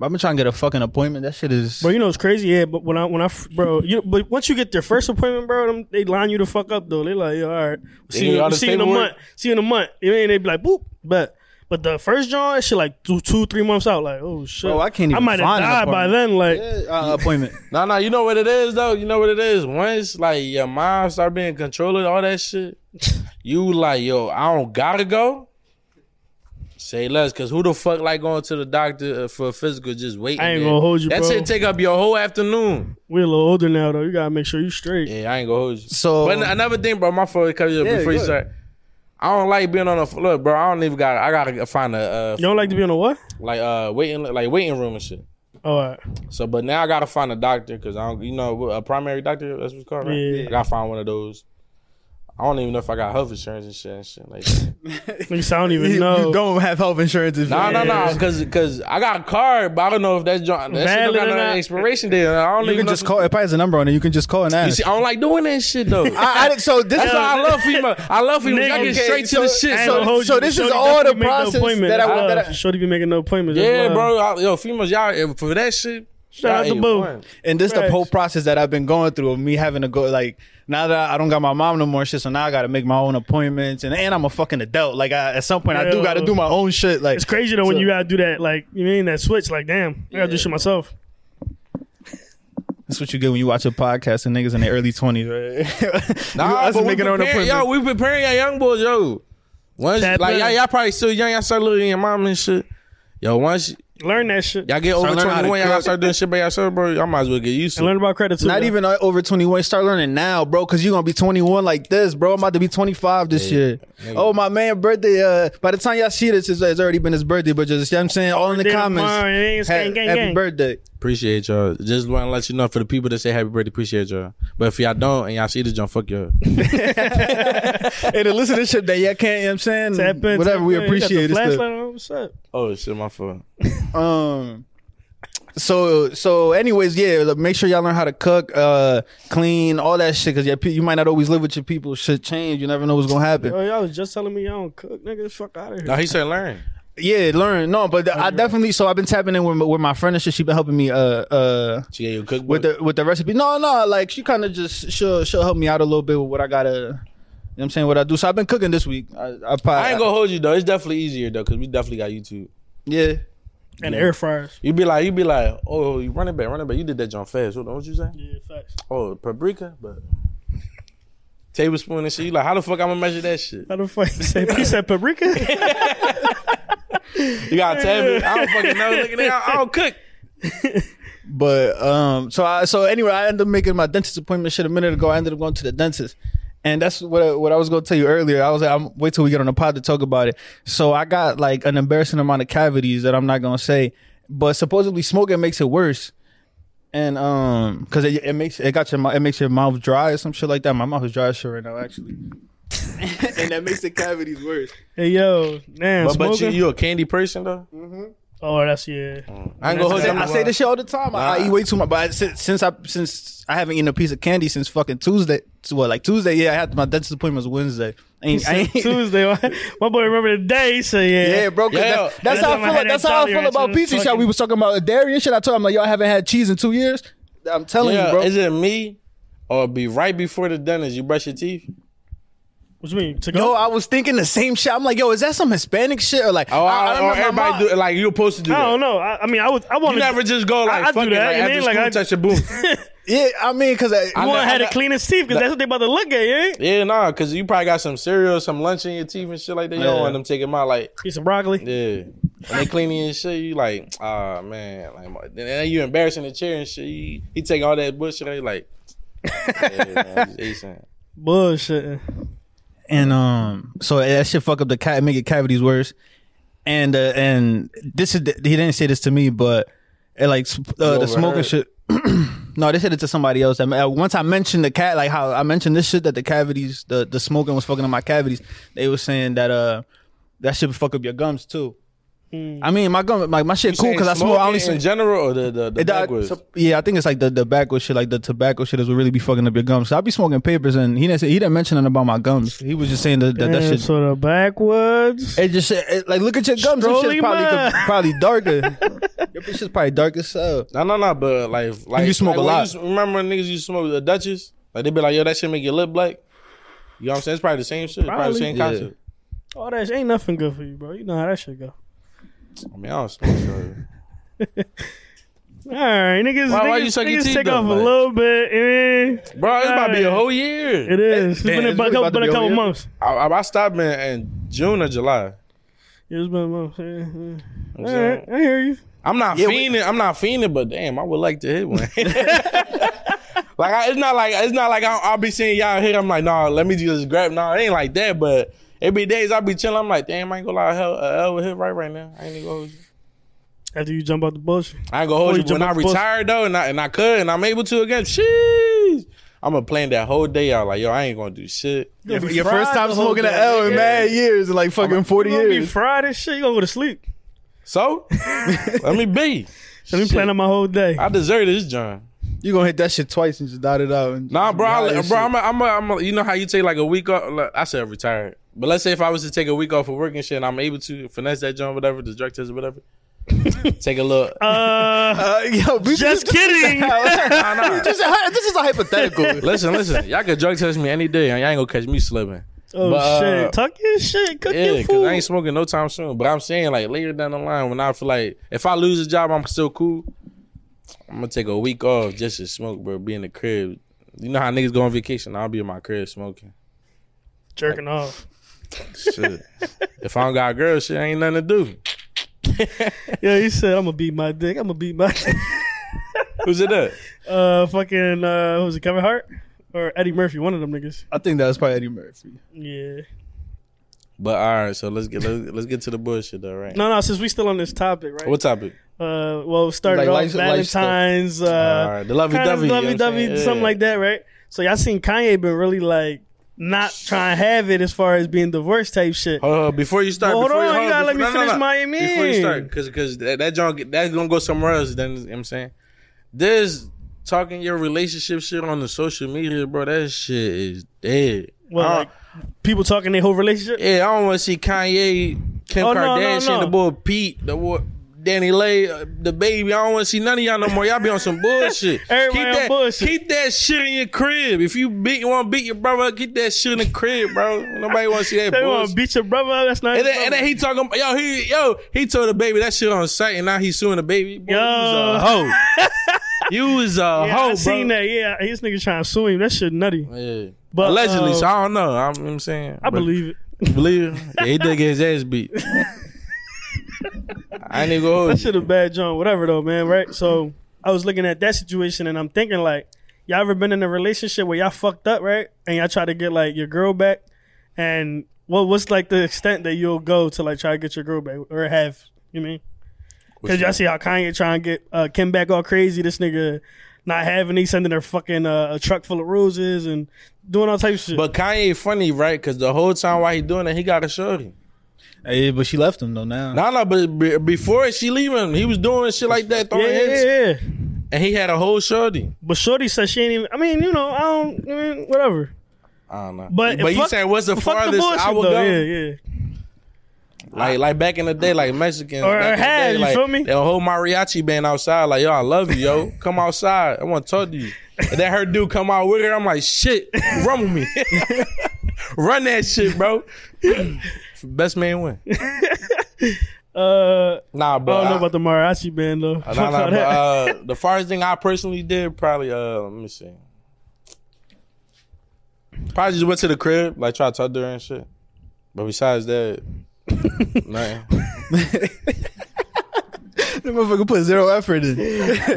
Speaker 3: I've been trying to get a fucking appointment. That shit is.
Speaker 4: Bro, you know it's crazy, yeah. But when I when I f- bro, you but once you get their first appointment, bro, them, they line you the fuck up though. They like, yo, all right, we'll
Speaker 5: give
Speaker 4: see
Speaker 5: you
Speaker 4: you,
Speaker 5: all
Speaker 4: we'll
Speaker 5: this
Speaker 4: see you in a
Speaker 5: paperwork?
Speaker 4: month. See you in a month. You mean they be like, boop, but but the first John, that shit like two two three months out. Like, oh shit,
Speaker 3: Bro, I can't
Speaker 4: I
Speaker 3: even
Speaker 4: might have
Speaker 3: find an
Speaker 4: died by
Speaker 3: apartment.
Speaker 4: then. Like,
Speaker 3: Yeah, uh, appointment.
Speaker 5: No, no, you know what it is though. You know what it is. Once like your mom start being controlling all that shit, you like yo, I don't gotta go. Say less, cause who the fuck like going to the doctor uh, for a physical just waiting?
Speaker 4: I ain't
Speaker 5: there?
Speaker 4: gonna hold you,
Speaker 5: That
Speaker 4: bro.
Speaker 5: shit take up your whole afternoon.
Speaker 4: we're a little older now though. You gotta make sure you straight.
Speaker 5: Yeah, I ain't gonna hold you. Um,
Speaker 3: So-
Speaker 5: but another thing, bro, my fault because
Speaker 3: Yeah,
Speaker 5: before you
Speaker 3: go
Speaker 5: start, I don't like being on the floor, bro. I don't even got. I gotta find a uh,
Speaker 4: You don't like to be on a what?
Speaker 5: like uh waiting like waiting room and shit.
Speaker 4: Oh, all right.
Speaker 5: So, but now I gotta find a doctor because I don't, you know, a primary doctor. That's what's called, right?
Speaker 4: Yeah.
Speaker 5: I gotta find one of those. I don't even know if I got health insurance and shit and shit like. that.
Speaker 4: Niggas, I don't even
Speaker 3: you,
Speaker 4: know.
Speaker 3: you don't have health insurance. If
Speaker 5: No, no, no,
Speaker 4: Yeah.
Speaker 5: because because I got a card, but I don't know if that's joint. That shit don't
Speaker 4: Valid
Speaker 5: got
Speaker 4: or
Speaker 5: no
Speaker 4: not.
Speaker 5: expiration date. and I don't
Speaker 3: You
Speaker 5: even
Speaker 3: can
Speaker 5: know
Speaker 3: just call. It probably has a number on it. You can just call and
Speaker 5: You
Speaker 3: ask.
Speaker 5: see, I don't like doing that shit though. I,
Speaker 3: I, I, didn't- so this
Speaker 5: that's
Speaker 3: is
Speaker 5: why I love female. I love female. I get
Speaker 3: Okay,
Speaker 5: straight to
Speaker 3: so-
Speaker 5: the shit.
Speaker 4: I ain't
Speaker 5: So,
Speaker 4: gonna hold
Speaker 3: so
Speaker 4: you.
Speaker 3: this is
Speaker 4: Shorty
Speaker 3: all
Speaker 4: don't
Speaker 3: the
Speaker 4: be making no
Speaker 3: process
Speaker 4: appointments.
Speaker 3: that I-
Speaker 4: love
Speaker 3: that I-
Speaker 4: you. Shorty be making no appointments. That's
Speaker 5: yeah,
Speaker 4: love.
Speaker 5: bro. I- yo, females, y'all eh, for that shit.
Speaker 4: Shout out
Speaker 5: y'all
Speaker 4: to
Speaker 5: ain't
Speaker 4: Boo.
Speaker 5: one.
Speaker 3: and this the
Speaker 4: Facts.
Speaker 3: whole process that I've been going through of me having to go like now that I don't got my mom no more and shit, so now I got to make my own appointments and and I'm a fucking adult. Like I, at some point I do
Speaker 4: Yo.
Speaker 3: got to do my own shit. Like
Speaker 4: It's crazy though when
Speaker 3: So-
Speaker 4: you gotta do that, like you mean that switch. Like, damn, I gotta do shit myself.
Speaker 3: that's what you get when you watch a podcast and niggas in their early twenties, right? You
Speaker 5: Nah,
Speaker 3: us
Speaker 5: but we
Speaker 3: making our own
Speaker 5: preparing, yo,
Speaker 3: appointments.
Speaker 5: we preparing y'all young boys, yo. Once
Speaker 4: Tap
Speaker 5: like
Speaker 4: in.
Speaker 5: y'all, y'all probably still young, y'all start looking at your mom and shit. Yo, once
Speaker 4: Learn that shit.
Speaker 5: y'all get
Speaker 3: Start
Speaker 5: over
Speaker 3: learning how to
Speaker 5: twenty one, y'all gotta
Speaker 3: cook.
Speaker 5: start doing shit by yourself, bro. Y'all might as well get used to.
Speaker 4: and
Speaker 5: it.
Speaker 4: learn about credit too.
Speaker 3: Not
Speaker 4: though.
Speaker 3: even uh, over 21. Start learning now, bro, because you're going to be 21 like this, bro. I'm about to be 25 this year. Oh, my man, birthday. Uh, by the time y'all see this, it's, it's already been his birthday, but just, you know what I'm saying? All in the
Speaker 4: Birthday
Speaker 3: comments.
Speaker 4: tomorrow, it ain't
Speaker 3: ha-
Speaker 4: gang, gang,
Speaker 3: happy
Speaker 4: gang.
Speaker 3: birthday.
Speaker 5: Appreciate y'all. Just want to let you know for the people that say happy birthday, appreciate y'all. But if y'all don't and y'all see this junk, fuck y'all.
Speaker 3: and the listenership that y'all can't, you know what I'm saying?
Speaker 4: Tap in, tap
Speaker 3: Whatever, we
Speaker 4: in. You got the
Speaker 3: appreciate it.
Speaker 4: Flashlight
Speaker 3: still.
Speaker 4: on. What's up?
Speaker 5: oh shit, my fault.
Speaker 3: Um, So so anyways, yeah, look, make sure y'all learn how to cook, uh, clean, all that shit. Cause your pe- you might not always live with your people. Shit change. You never know what's gonna happen.
Speaker 4: Yo, Oh, y'all was just telling me y'all don't cook, nigga. Fuck out of here.
Speaker 5: No, he said learn.
Speaker 3: Yeah, learn. No, but I definitely. So I've been tapping in with, my- with my friend and shit. She been helping me. Uh, uh,
Speaker 5: She gave you a cookbook.
Speaker 3: with the with the recipe. No, no, like she kind of just she'll she'll help me out a little bit with what I gotta. You know what I'm saying what I do. So I've been cooking this week. I, I, probably,
Speaker 5: I ain't gonna hold you though. It's definitely easier though, cause we definitely got YouTube.
Speaker 3: Yeah.
Speaker 4: And air fryers.
Speaker 5: You be like, you be like, oh, you running back, running back. You did that John fast. What what you say?
Speaker 4: Yeah, facts.
Speaker 5: Oh, paprika, but tablespoon and shit. You like, how the fuck I'm gonna measure that shit?
Speaker 4: How the fuck you say piece of paprika?
Speaker 5: You gotta tell me. I don't fucking know. Look at that. I don't cook.
Speaker 3: But um, so I so anyway, I ended up making my dentist appointment shit a minute ago. I ended up going to the dentist, and that's what I, what I was gonna tell you earlier. I was like, I'm wait till we get on the pod to talk about it. So I got like an embarrassing amount of cavities that I'm not gonna say, but supposedly smoking makes it worse. And um, cause it, it makes it got your mou- it makes your mouth dry or some shit like that. My mouth is dry as shit right now actually, and that makes the cavities worse.
Speaker 4: hey, yo, man,
Speaker 5: But, but you,
Speaker 4: smoking?
Speaker 5: you a candy person though?
Speaker 4: oh, that's yeah.
Speaker 5: I ain't gonna hold
Speaker 3: I
Speaker 5: you.
Speaker 3: say, I say this shit all the time. I, I
Speaker 5: Nah.
Speaker 3: eat way too much, but I, since, since I since I haven't eaten a piece of candy since fucking Tuesday. So what, like Tuesday? Yeah, I had my dentist appointment was Wednesday. I ain't, I ain't,
Speaker 4: Tuesday, my boy remember the day. So yeah,
Speaker 3: yeah, bro. 'cause
Speaker 5: Yeah.
Speaker 3: that's- that's,
Speaker 4: That's
Speaker 3: how I
Speaker 4: when I
Speaker 3: feel.
Speaker 4: had
Speaker 3: That's
Speaker 4: that
Speaker 3: how I
Speaker 4: Jolly
Speaker 3: feel
Speaker 4: Rancher
Speaker 3: about
Speaker 4: was
Speaker 3: pizza. Shop.
Speaker 4: fucking-
Speaker 3: We was talking about dairy and shit. I told him like, y'all haven't had cheese in two years. I'm telling
Speaker 5: Yeah,
Speaker 3: you, bro.
Speaker 5: is it me or be right before the dentist? You brush your teeth?
Speaker 4: What you mean? To
Speaker 3: Yo,
Speaker 4: go?
Speaker 3: I was thinking the same shit. I'm like, yo, is that some Hispanic shit or like?
Speaker 5: Oh,
Speaker 3: I- I
Speaker 5: or
Speaker 3: remember my
Speaker 5: everybody
Speaker 3: mom-
Speaker 5: do it like you're supposed to do.
Speaker 4: I
Speaker 5: that.
Speaker 4: don't know. I, I mean, I was. I want
Speaker 5: You never just go like
Speaker 4: I do
Speaker 5: fuck it,
Speaker 4: that,
Speaker 5: like,
Speaker 4: you
Speaker 5: after
Speaker 4: mean? Like,
Speaker 5: school,
Speaker 4: I-
Speaker 5: touch your boom.
Speaker 3: Yeah, I mean, cause I,
Speaker 5: I
Speaker 4: You want to
Speaker 5: know-
Speaker 4: have
Speaker 5: I
Speaker 4: the
Speaker 5: know-
Speaker 4: cleanest teeth because that's what they about to look at. Yeah,
Speaker 5: yeah, nah, cause you probably got some cereal, some lunch in your teeth and shit like that. You don't
Speaker 3: Yeah.
Speaker 5: want them taking my like,
Speaker 4: piece of broccoli.
Speaker 5: yeah. When they cleaning and shit, you like, ah man, like, my- then you embarrassing the chair and shit. You, he take all that bullshit. You like, yeah, man, I just ate something.
Speaker 4: Bullshit.
Speaker 3: and um, so that shit fuck up the cat, make it cavities worse. And uh, and this is the, he didn't say this to me, but it like sp- uh, the
Speaker 5: overheard.
Speaker 3: smoking shit. no, they said it to somebody else. I mean, uh, once I mentioned the cat, like how I mentioned this shit that the cavities, the the smoking was fucking up my cavities. They were saying that uh, that shit would fuck up your gums too. I mean, my gum, my, my shit cool because I smoke. I only
Speaker 5: Smoking in
Speaker 3: smoke.
Speaker 5: general or the the, the
Speaker 3: It, di-
Speaker 5: backwards.
Speaker 3: so- yeah, I think it's like the the backwards shit, like the tobacco shit, is what really be fucking up your gums. So I be smoking papers, and he didn't say, he didn't mention nothing about my gums. He was just saying that that, that
Speaker 4: Damn,
Speaker 3: shit.
Speaker 4: So the backwoods.
Speaker 3: It just it, like look at your gums. Your shit's
Speaker 4: Strolling
Speaker 3: probably
Speaker 4: man.
Speaker 3: probably darker. your shit's probably darker. So
Speaker 5: No, no, no, but like, like
Speaker 3: you
Speaker 5: like
Speaker 3: smoke a
Speaker 5: when
Speaker 3: lot.
Speaker 5: you s- remember when niggas used to smoke the Duchess? Like they be like, yo, that shit make your lip black. You know what I'm saying? It's probably the same shit. Probably,
Speaker 4: Probably.
Speaker 5: the same
Speaker 3: Yeah.
Speaker 5: concept.
Speaker 4: All that shit ain't nothing good for you, bro. You know how that shit go.
Speaker 5: I mean, I don't smoke. So.
Speaker 4: All right, niggas.
Speaker 5: Why-
Speaker 4: niggas,
Speaker 5: why you suck your
Speaker 4: niggas
Speaker 5: teeth,
Speaker 4: take
Speaker 5: though,
Speaker 4: off
Speaker 5: like?
Speaker 4: a little bit. eh.
Speaker 5: Bro, it's about to be a whole year.
Speaker 4: It is. It's
Speaker 3: Damn,
Speaker 4: been a
Speaker 3: it's
Speaker 4: bu-
Speaker 3: really
Speaker 4: couple,
Speaker 3: about to
Speaker 4: been
Speaker 3: be
Speaker 4: a
Speaker 3: over
Speaker 4: couple
Speaker 3: here.
Speaker 4: months.
Speaker 5: I, I I stopped in, in June or July.
Speaker 4: Yeah, It's been a month. Yeah, yeah.
Speaker 5: You know what I'm
Speaker 4: All right,
Speaker 5: saying?
Speaker 4: I hear you.
Speaker 5: I'm not
Speaker 3: Yeah, we-
Speaker 5: fiending. I'm not fiending, but damn, I would like to hit one. like I, it's not like it's not like I'll, I'll be seeing y'all hit. I'm like, nah, let me just grab. Nah, it ain't like that. But it be days I'll be chilling. I'm like, damn, I ain't gonna lie, hell, uh, hell would hit right right now. I ain't even gonna hold you.
Speaker 4: After you jump out the bullshit.
Speaker 5: I ain't gonna hold
Speaker 4: Before
Speaker 5: you.
Speaker 4: you jump
Speaker 5: When I
Speaker 4: off the bus.
Speaker 5: retire though, and I and I could, and I'm able to again, sheesh. I'm gonna plan that whole day out. Like, yo, I ain't gonna do shit.
Speaker 4: You're
Speaker 3: your,
Speaker 4: gonna be
Speaker 3: your first
Speaker 4: fried
Speaker 3: time
Speaker 4: the whole
Speaker 3: smoking an
Speaker 4: day,
Speaker 3: L in
Speaker 4: nigga.
Speaker 3: mad years, in like fucking forty
Speaker 4: You gonna be
Speaker 3: years.
Speaker 4: fried as shit. You gonna go to sleep.
Speaker 5: So let me be.
Speaker 4: Let me
Speaker 5: Shit.
Speaker 4: plan out my whole day.
Speaker 5: I deserve this, John.
Speaker 3: You gonna hit that shit twice and just dot it out. and-
Speaker 5: Nah, bro,
Speaker 3: Nah,
Speaker 5: I,
Speaker 3: that
Speaker 5: bro,
Speaker 3: shit-
Speaker 5: I'm, a, I'm, a, I'm a, you know how you take like a week off. Like, I said retired, but let's say if I was to take a week off of work and shit, and I'm able to finesse that joint, whatever, the drug test, or whatever. take a look.
Speaker 4: Uh,
Speaker 3: Uh, yo, we
Speaker 4: just
Speaker 3: we
Speaker 4: kidding.
Speaker 5: nah, nah.
Speaker 3: just- hi- this is a hypothetical.
Speaker 5: listen, listen, y'all can drug test me any day, and y'all ain't gonna catch me slipping.
Speaker 4: Oh
Speaker 5: But, uh,
Speaker 4: shit! Tuck your shit, cook
Speaker 5: Yeah,
Speaker 4: your
Speaker 5: because
Speaker 4: food.
Speaker 5: I ain't smoking no time soon. But I'm saying like later down the line, when I feel like if I lose a job, I'm still cool. I'm gonna take a week off just to smoke, bro. Be in the crib. You know how niggas go on vacation? I'll be in my crib smoking.
Speaker 4: jerking off.
Speaker 5: Shit. if I don't got a girl, shit ain't nothing to do.
Speaker 4: Yeah, he said I'm gonna beat my dick. I'm gonna beat my dick.
Speaker 5: Who's it up?
Speaker 4: uh fucking uh who was it Kevin Hart or Eddie Murphy? One of them niggas.
Speaker 3: I think that was probably Eddie Murphy.
Speaker 4: Yeah.
Speaker 5: But all right, so let's get let's, let's get to the bullshit though, right?
Speaker 4: No, no. Since we still on this topic, right?
Speaker 5: What topic?
Speaker 4: Uh, well, we started
Speaker 3: Like life-
Speaker 4: off
Speaker 3: life stuff.
Speaker 4: Valentine's. uh,
Speaker 5: all right, the lovey
Speaker 4: kind of
Speaker 5: dovey,
Speaker 4: lovey dovey, something like that, right? So y'all seen Kanye been really like not trying to have it as far as being divorced type shit.
Speaker 5: Uh, before you start,
Speaker 4: Hold
Speaker 5: before
Speaker 4: on,
Speaker 5: you,
Speaker 4: you gotta let me
Speaker 5: before-
Speaker 4: finish my amen.
Speaker 5: Before you start, because because that, that John that's gonna go somewhere else. Then you know what I'm saying, there's talking your relationship shit on the social media, bro. That shit is dead.
Speaker 4: Well,
Speaker 5: I don't-
Speaker 4: like, people talking their whole relationship.
Speaker 5: yeah, I don't want to see Kanye, Kim
Speaker 4: Oh, no, no,
Speaker 5: Kardashian,
Speaker 4: no.
Speaker 5: the boy Pete, the boy. Danny Lay, uh, the baby. I don't want to see none of y'all no more. Y'all be on some bullshit.
Speaker 4: Everybody
Speaker 5: keep
Speaker 4: on
Speaker 5: that,
Speaker 4: bullshit.
Speaker 5: Keep that shit in your crib. If you beat, you want to beat your brother, up, keep that shit in the crib, bro. Nobody want to see that
Speaker 4: They want
Speaker 5: bullshit.
Speaker 4: to beat your brother. up, That's not.
Speaker 5: And
Speaker 4: your
Speaker 5: then, and then
Speaker 4: brother.
Speaker 5: he talking, yo, he, yo, he told the baby that shit on site, and now he's suing the baby. Boy,
Speaker 4: Yo.
Speaker 5: you was a hoe. you was a
Speaker 4: yeah,
Speaker 5: hoe,
Speaker 4: I seen
Speaker 5: bro.
Speaker 4: that. Yeah, his nigga trying to sue him. That shit nutty.
Speaker 5: Yeah.
Speaker 4: But,
Speaker 5: Allegedly,
Speaker 4: uh,
Speaker 5: so I don't know. I'm, I'm saying,
Speaker 4: I
Speaker 5: but-
Speaker 4: believe it.
Speaker 5: you believe. it? Yeah, he did get his ass beat. I ain't even go.
Speaker 4: That shit a bad joint. Whatever though, man. Right. So I was looking at that situation and I'm thinking like, y'all ever been in a relationship where y'all fucked up, right? And y'all try to get like your girl back, and what what's like the extent that you'll go to like try to get your girl back or have you mean? Because y'all see how Kanye trying to get uh, Kim back all crazy. This nigga not having, he sending her fucking uh, a truck full of roses and doing all types of shit.
Speaker 5: But Kanye funny, right? Because the whole time while he doing that, he got a shorty.
Speaker 3: Hey, but she left him though. Now
Speaker 5: No, no, but be- before she leave him, he was doing shit like that,
Speaker 4: yeah,
Speaker 5: throwing
Speaker 4: yeah,
Speaker 5: hits,
Speaker 4: yeah, yeah.
Speaker 5: and he had a whole shorty.
Speaker 4: But Shorty said she ain't even. I mean, you know, I don't. I mean, whatever.
Speaker 5: I don't know.
Speaker 4: But
Speaker 5: but you
Speaker 4: fuck-
Speaker 5: saying what's the
Speaker 4: fuck
Speaker 5: farthest
Speaker 4: bullshit,
Speaker 5: I would
Speaker 4: though.
Speaker 5: go?
Speaker 4: Yeah, yeah.
Speaker 5: Like like back in the day, like Mexicans.
Speaker 4: Or
Speaker 5: back in the
Speaker 4: had,
Speaker 5: day,
Speaker 4: you
Speaker 5: like,
Speaker 4: feel me?
Speaker 5: That whole mariachi band outside, like, yo, I love you, yo. Come outside. I want to talk to you. And then her dude come out with her. I'm like, shit, run with me. run that shit, bro. Best man win.
Speaker 4: Uh,
Speaker 5: Nah, but.
Speaker 4: I don't know
Speaker 5: I-
Speaker 4: about the mariachi band though.
Speaker 5: uh,
Speaker 4: Fuck
Speaker 5: nah, nah,
Speaker 4: all
Speaker 5: but,
Speaker 4: that.
Speaker 5: uh, the farthest thing I personally did, probably, uh, let me see. Probably just went to the crib, like try to talk to her and shit. But besides that, nothing.
Speaker 3: that motherfucker put zero effort in.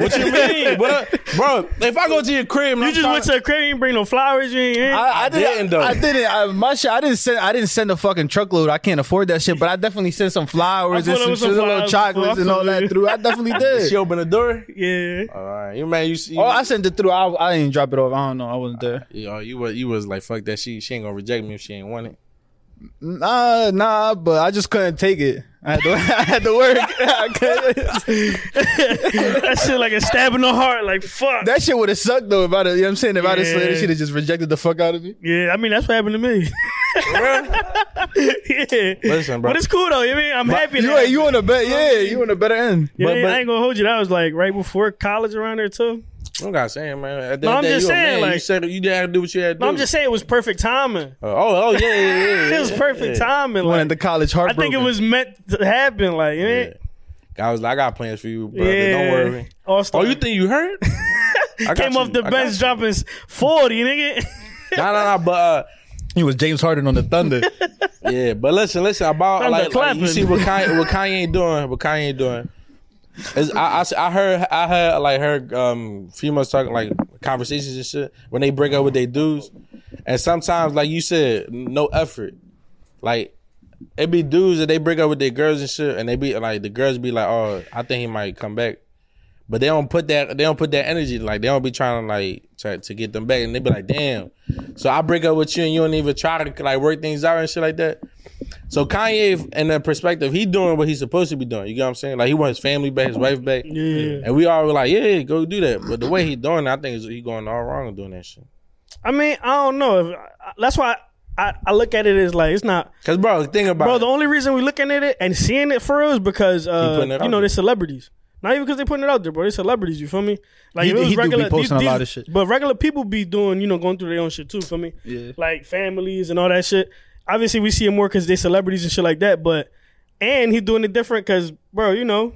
Speaker 5: What you mean? What, bro, if I go to your crib,
Speaker 4: you just went to a crib, you ain't bring no flowers, you ain't. you ain't-
Speaker 3: I, I
Speaker 5: didn't, though.
Speaker 3: I didn't. I, my shit, I didn't send. I didn't send a fucking truckload. I can't afford that shit. But I definitely sent some flowers
Speaker 4: I
Speaker 3: and
Speaker 4: put
Speaker 3: some,
Speaker 4: up some
Speaker 3: shit, little
Speaker 4: flowers,
Speaker 3: chocolates and all that
Speaker 4: absolutely.
Speaker 3: through. I definitely did.
Speaker 5: She opened the door.
Speaker 4: yeah.
Speaker 5: All right, you man, you see.
Speaker 3: Oh, I sent it through. I, I didn't drop it off. I don't know. I wasn't there.
Speaker 5: Yo, you was you was like fuck that. She she ain't gonna reject me if she ain't want it.
Speaker 3: Nah, nah. But I just couldn't take it. I had to. I had to work. I couldn't.
Speaker 4: that shit like a stab in the heart. Like fuck.
Speaker 3: That shit would have sucked though. If I, you know what I'm saying, if I just
Speaker 4: Yeah.
Speaker 3: slid, she'd have just rejected the fuck out of me.
Speaker 4: yeah, I mean that's what happened to me. yeah.
Speaker 5: Listen, bro.
Speaker 4: But it's cool though. You mean I'm happy.
Speaker 3: You,
Speaker 4: that-
Speaker 3: ain't- you on the bet, yeah. You on the better end.
Speaker 4: Yeah,
Speaker 5: but- but-
Speaker 4: I ain't gonna hold you. That was like right before college around there too.
Speaker 5: I'm not saying, man. At the end
Speaker 4: No, I'm
Speaker 5: of the day,
Speaker 4: just
Speaker 5: you a
Speaker 4: saying,
Speaker 5: man. you
Speaker 4: like-
Speaker 5: said you had to do what you had to do.
Speaker 4: No, I'm just saying it was perfect timing.
Speaker 5: Uh, oh, oh yeah, yeah, yeah. yeah
Speaker 4: It was perfect
Speaker 5: yeah.
Speaker 4: timing.
Speaker 3: You went
Speaker 4: Like,
Speaker 3: at the college
Speaker 4: I
Speaker 3: heartbroken.
Speaker 4: think it was meant to happen. Like, you ain't-
Speaker 5: Yeah. I was like, I got plans for you, brother. Don't
Speaker 4: Yeah.
Speaker 5: worry.
Speaker 4: All-star.
Speaker 5: Oh, you think you hurt? I
Speaker 4: came off the bench dropping 40, nigga.
Speaker 5: Nah, nah, nah. But uh,
Speaker 3: He was James Harden on the Thunder.
Speaker 5: Yeah, but listen, listen about
Speaker 4: Thunder
Speaker 5: like, like, you
Speaker 4: clapping.
Speaker 5: see what Kanye what Kanye doing, what Kanye doing. Is I, I s- I heard I heard like heard um females talking like conversations and shit when they break up with their dudes, and sometimes like you said, no effort, like. It be dudes that they break up with their girls and shit, and they be like the girls be like, "Oh, I think he might come back," but they don't put that they don't put that energy like they don't be trying to like try to get them back, and they be like, "Damn." So I break up with you, and you don't even try to like work things out and shit like that. So Kanye, in that perspective, he doing what he's supposed to be doing. You get what I'm saying? Like he wants his family back, his wife back,
Speaker 4: Yeah.
Speaker 5: and we all were like, yeah, yeah, go do that. But the way he doing, it, I think is he going all wrong doing that shit.
Speaker 4: I mean, I don't know. If, I- that's why I, I look at it as like it's not.
Speaker 5: Cause bro, think about
Speaker 4: Bro,
Speaker 5: it.
Speaker 4: the only reason we looking at it and seeing it for real is because uh,
Speaker 5: putting it out
Speaker 4: you know
Speaker 5: there.
Speaker 4: they're celebrities. Not even because they putting it out there, bro. They're celebrities. You feel me? Like
Speaker 3: He-
Speaker 4: if it was
Speaker 3: he do be
Speaker 4: regular,
Speaker 3: posting a lot of shit.
Speaker 4: But regular people be doing, you know, going through their own shit too. Feel me?
Speaker 3: Yeah.
Speaker 4: Like families and all that shit. Obviously, we see it more because they celebrities and shit like that. But and he doing it different because, bro, you know,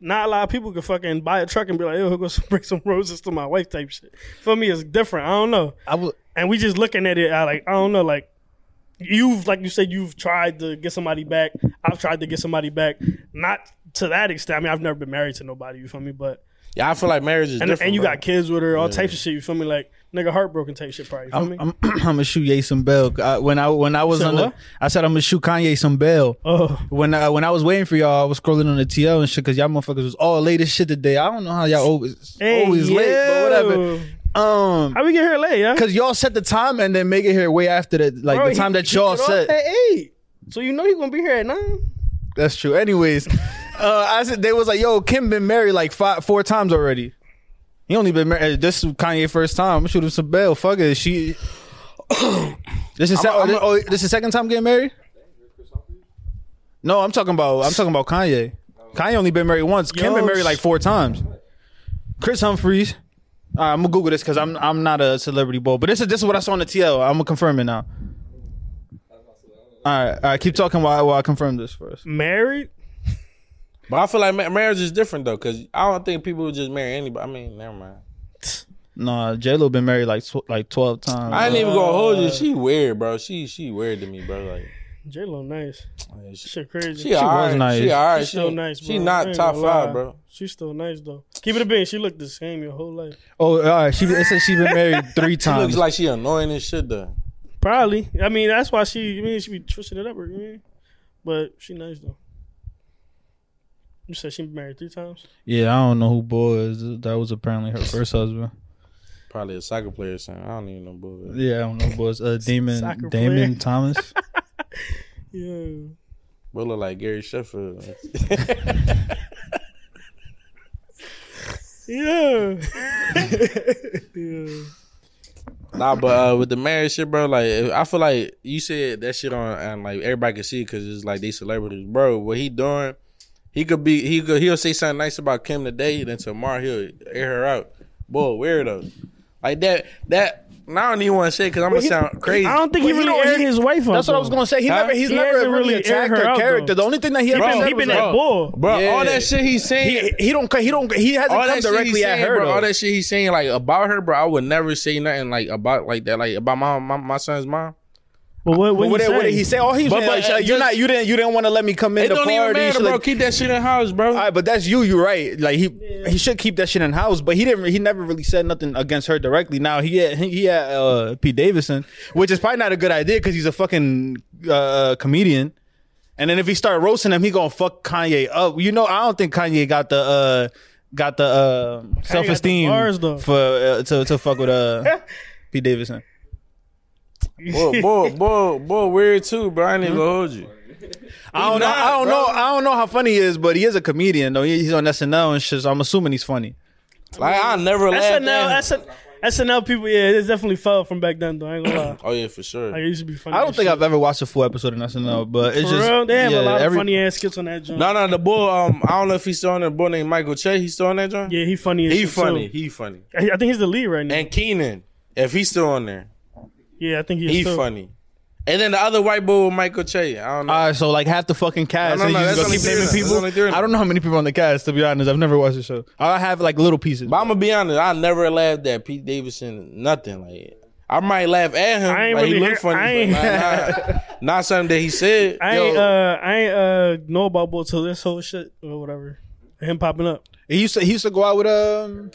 Speaker 4: not a lot of people can fucking buy a truck and be like, "Yo, go bring some roses to my wife." Type shit. For me, it's different. I don't know
Speaker 3: I was.
Speaker 4: and we just looking at it I like I don't know like you've like you said you've tried to get somebody back I've tried to get somebody back not to that extent I mean I've never been married to nobody you feel me but
Speaker 5: yeah, I feel like marriage is
Speaker 4: and,
Speaker 5: different.
Speaker 4: and you
Speaker 5: bro.
Speaker 4: got kids with her all types of shit you feel me like nigga heartbroken type shit probably you feel
Speaker 3: I'm,
Speaker 4: me
Speaker 3: I'm, I'm gonna shoot Ye some bell. I, when I when I was
Speaker 4: said
Speaker 3: on the,
Speaker 4: what?
Speaker 3: I said I'm gonna shoot Kanye some bell.
Speaker 4: oh
Speaker 3: When I, when I was waiting for y'all, I was scrolling on the TL and shit because y'all motherfuckers was all late as shit today. I don't know how y'all always
Speaker 4: Hey,
Speaker 3: always late,
Speaker 4: yo.
Speaker 3: but whatever. Um,
Speaker 4: How we get here late, yeah?
Speaker 3: because y'all set the time and then make it here way after the like
Speaker 4: Bro,
Speaker 3: the
Speaker 4: he-
Speaker 3: time that
Speaker 4: he
Speaker 3: y'all
Speaker 4: get off
Speaker 3: set.
Speaker 4: At eight. So you know he gonna be here at nine.
Speaker 3: That's true. Anyways, uh, I said they was like, "Yo, Kim been married like five, four times already. He only been married. eh, This is Kanye first time. I'm shoot him some bail. Fuck it. She. this is se-
Speaker 5: I'm a-
Speaker 3: oh, this is second time getting married. No, I'm talking about I'm talking about Kanye. Kanye only been married once. Kim been
Speaker 4: Yo,
Speaker 3: married like
Speaker 4: sh-
Speaker 3: four times. Chris Humphries. All right, I'm gonna Google this because I'm I'm not a celebrity bull, but this is this is what I saw on the TL. I'm gonna confirm it now. All right, all right. Keep talking while, I- while I confirm this first.
Speaker 4: Married?
Speaker 5: But I feel like ma- marriage is different though, because I don't think people would just marry anybody. I mean, never mind.
Speaker 3: Nah, J Lo been married like tw- like twelve times.
Speaker 5: I ain't even gonna hold you. She weird, bro. She she weird to me, bro. Like
Speaker 4: J Lo nice.
Speaker 5: man, she,
Speaker 4: Shit crazy.
Speaker 5: she, alright.
Speaker 3: nice.
Speaker 5: She alright.
Speaker 4: She's still
Speaker 5: She,
Speaker 4: nice, bro.
Speaker 5: she
Speaker 4: I
Speaker 5: not
Speaker 4: ain't
Speaker 5: top
Speaker 4: gonna lie.
Speaker 5: five, bro.
Speaker 4: She's still nice though. Keep it a bean. She looked the same your whole life.
Speaker 3: Oh, all right. She it says she been married three
Speaker 5: She
Speaker 3: times.
Speaker 5: looks like she annoying and shit though.
Speaker 4: Probably. I mean, that's why she. I mean, she be twisting it up. You mean? But she nice though. You said she been married three times.
Speaker 3: yeah, I don't know who boy is. That was apparently her first husband.
Speaker 5: Probably a soccer player or something. I don't even know, boy.
Speaker 3: Yeah, I don't know who boy is. Uh, Damon
Speaker 4: Soccer
Speaker 3: Damon
Speaker 4: player.
Speaker 3: Thomas.
Speaker 4: Yeah.
Speaker 5: Boy look like Gary Sheffield.
Speaker 4: Yeah. yeah.
Speaker 5: nah, but uh, with the marriage shit, bro. Like I feel like you said that shit on, and like everybody can see because it's like they celebrities, bro. What he doing? He could be. He could. He'll say something nice about Kim today, then tomorrow he'll air her out. Boy, weirdo. Like that. That. And I don't even want to say because I'm gonna sound crazy.
Speaker 4: I don't think
Speaker 3: But
Speaker 4: he
Speaker 3: you
Speaker 4: really
Speaker 3: know,
Speaker 4: aired
Speaker 3: he-
Speaker 4: his wife up.
Speaker 3: That's what I was
Speaker 4: though.
Speaker 3: gonna say. He
Speaker 5: Huh?
Speaker 3: never he's
Speaker 4: He
Speaker 3: never
Speaker 4: hasn't
Speaker 3: really,
Speaker 4: really aired
Speaker 3: attacked
Speaker 4: her
Speaker 3: her,
Speaker 4: out,
Speaker 3: character.
Speaker 4: though.
Speaker 3: The only thing that he ever
Speaker 5: Bro,
Speaker 3: said
Speaker 4: He
Speaker 3: was
Speaker 4: been
Speaker 3: like,
Speaker 4: that bull.
Speaker 5: Bro, all
Speaker 3: Yeah.
Speaker 5: that shit he's saying.
Speaker 3: he, he don't he don't he hasn't
Speaker 5: all
Speaker 3: come
Speaker 5: that shit
Speaker 3: directly
Speaker 5: he's
Speaker 3: at
Speaker 5: saying,
Speaker 3: her
Speaker 5: bro. All
Speaker 3: though.
Speaker 5: that shit he's saying, like about her, bro. I would never say nothing like about like that, like about my my, my son's mom.
Speaker 4: But what,
Speaker 3: But
Speaker 4: what,
Speaker 3: what,
Speaker 4: he
Speaker 3: did- what did
Speaker 4: say?
Speaker 3: he say? All he was
Speaker 5: But-
Speaker 3: saying,
Speaker 5: but
Speaker 3: like,
Speaker 5: it
Speaker 3: you're
Speaker 5: just-
Speaker 3: not you didn't you didn't want to let me come in
Speaker 5: It
Speaker 3: the
Speaker 5: don't
Speaker 3: party.
Speaker 5: even matter,
Speaker 3: She
Speaker 5: bro.
Speaker 3: like,
Speaker 5: Keep that shit in house, bro.
Speaker 3: All right, but that's you. You're right. Like he he should keep that shit in house, but he didn't. He never really said nothing against her directly. Now he had, he had uh, Pete Davidson, which is probably not a good idea because he's a fucking uh, comedian. And then if he start roasting him, he gonna fuck Kanye up. You know, I don't think Kanye got the uh, got the uh, self esteem
Speaker 4: bars, though.
Speaker 3: for uh, to to fuck with uh, Pete Davidson.
Speaker 5: boy, boy, boy, boy, weird too, bro. I ain't even gonna hold you.
Speaker 3: I don't know. I don't know. I don't know how funny he is, but he is a comedian though. He- He's on SNL and shit. So I'm assuming he's funny.
Speaker 5: Like I never laughed. at him.
Speaker 4: SNL, SNL, SNL people, yeah, it's definitely fell from back then, though. I ain't gonna lie.
Speaker 5: Oh yeah, for sure.
Speaker 4: Like, it used to be funny.
Speaker 3: I don't
Speaker 4: as
Speaker 3: think
Speaker 4: shit.
Speaker 3: I've ever watched a full episode of SNL, but it's
Speaker 4: For
Speaker 3: just
Speaker 4: real, they have
Speaker 3: yeah,
Speaker 4: a lot of
Speaker 3: every-
Speaker 4: funny ass skits on that joint.
Speaker 5: No, no, the boy. Um, I don't know if he's still on that boy named Michael Che. He's still on that joint.
Speaker 4: Yeah, he funny as
Speaker 5: he
Speaker 4: shit,
Speaker 5: funny.
Speaker 4: too.
Speaker 5: He funny.
Speaker 4: I I think he's the lead right now.
Speaker 5: And Keenan, if he's still on there,
Speaker 4: yeah, I think he's
Speaker 5: he
Speaker 4: still.
Speaker 5: funny. And then the other white boy, with Michael Che. I don't know.
Speaker 3: All
Speaker 4: Uh,
Speaker 3: right, so like half the fucking cast.
Speaker 5: No, no,
Speaker 3: and
Speaker 5: no,
Speaker 3: you
Speaker 5: that's
Speaker 3: just gonna
Speaker 5: only
Speaker 3: keep
Speaker 5: three of them.
Speaker 3: naming
Speaker 5: That's
Speaker 3: people.
Speaker 5: only three of them.
Speaker 3: I don't know how many people on the cast. To be honest, I've never watched the show. I have like little pieces.
Speaker 5: But I'm gonna be honest, I never laughed at Pete Davidson. Nothing like I might laugh at him.
Speaker 4: I ain't
Speaker 5: like, he
Speaker 4: really
Speaker 5: look
Speaker 4: hear-
Speaker 5: funny,
Speaker 4: I
Speaker 5: but
Speaker 4: ain't-
Speaker 5: not, not- not something that he said.
Speaker 4: I ain't, uh, I ain't uh, know about Bull till this whole shit or whatever. Him popping up.
Speaker 3: He used to he used to go out with um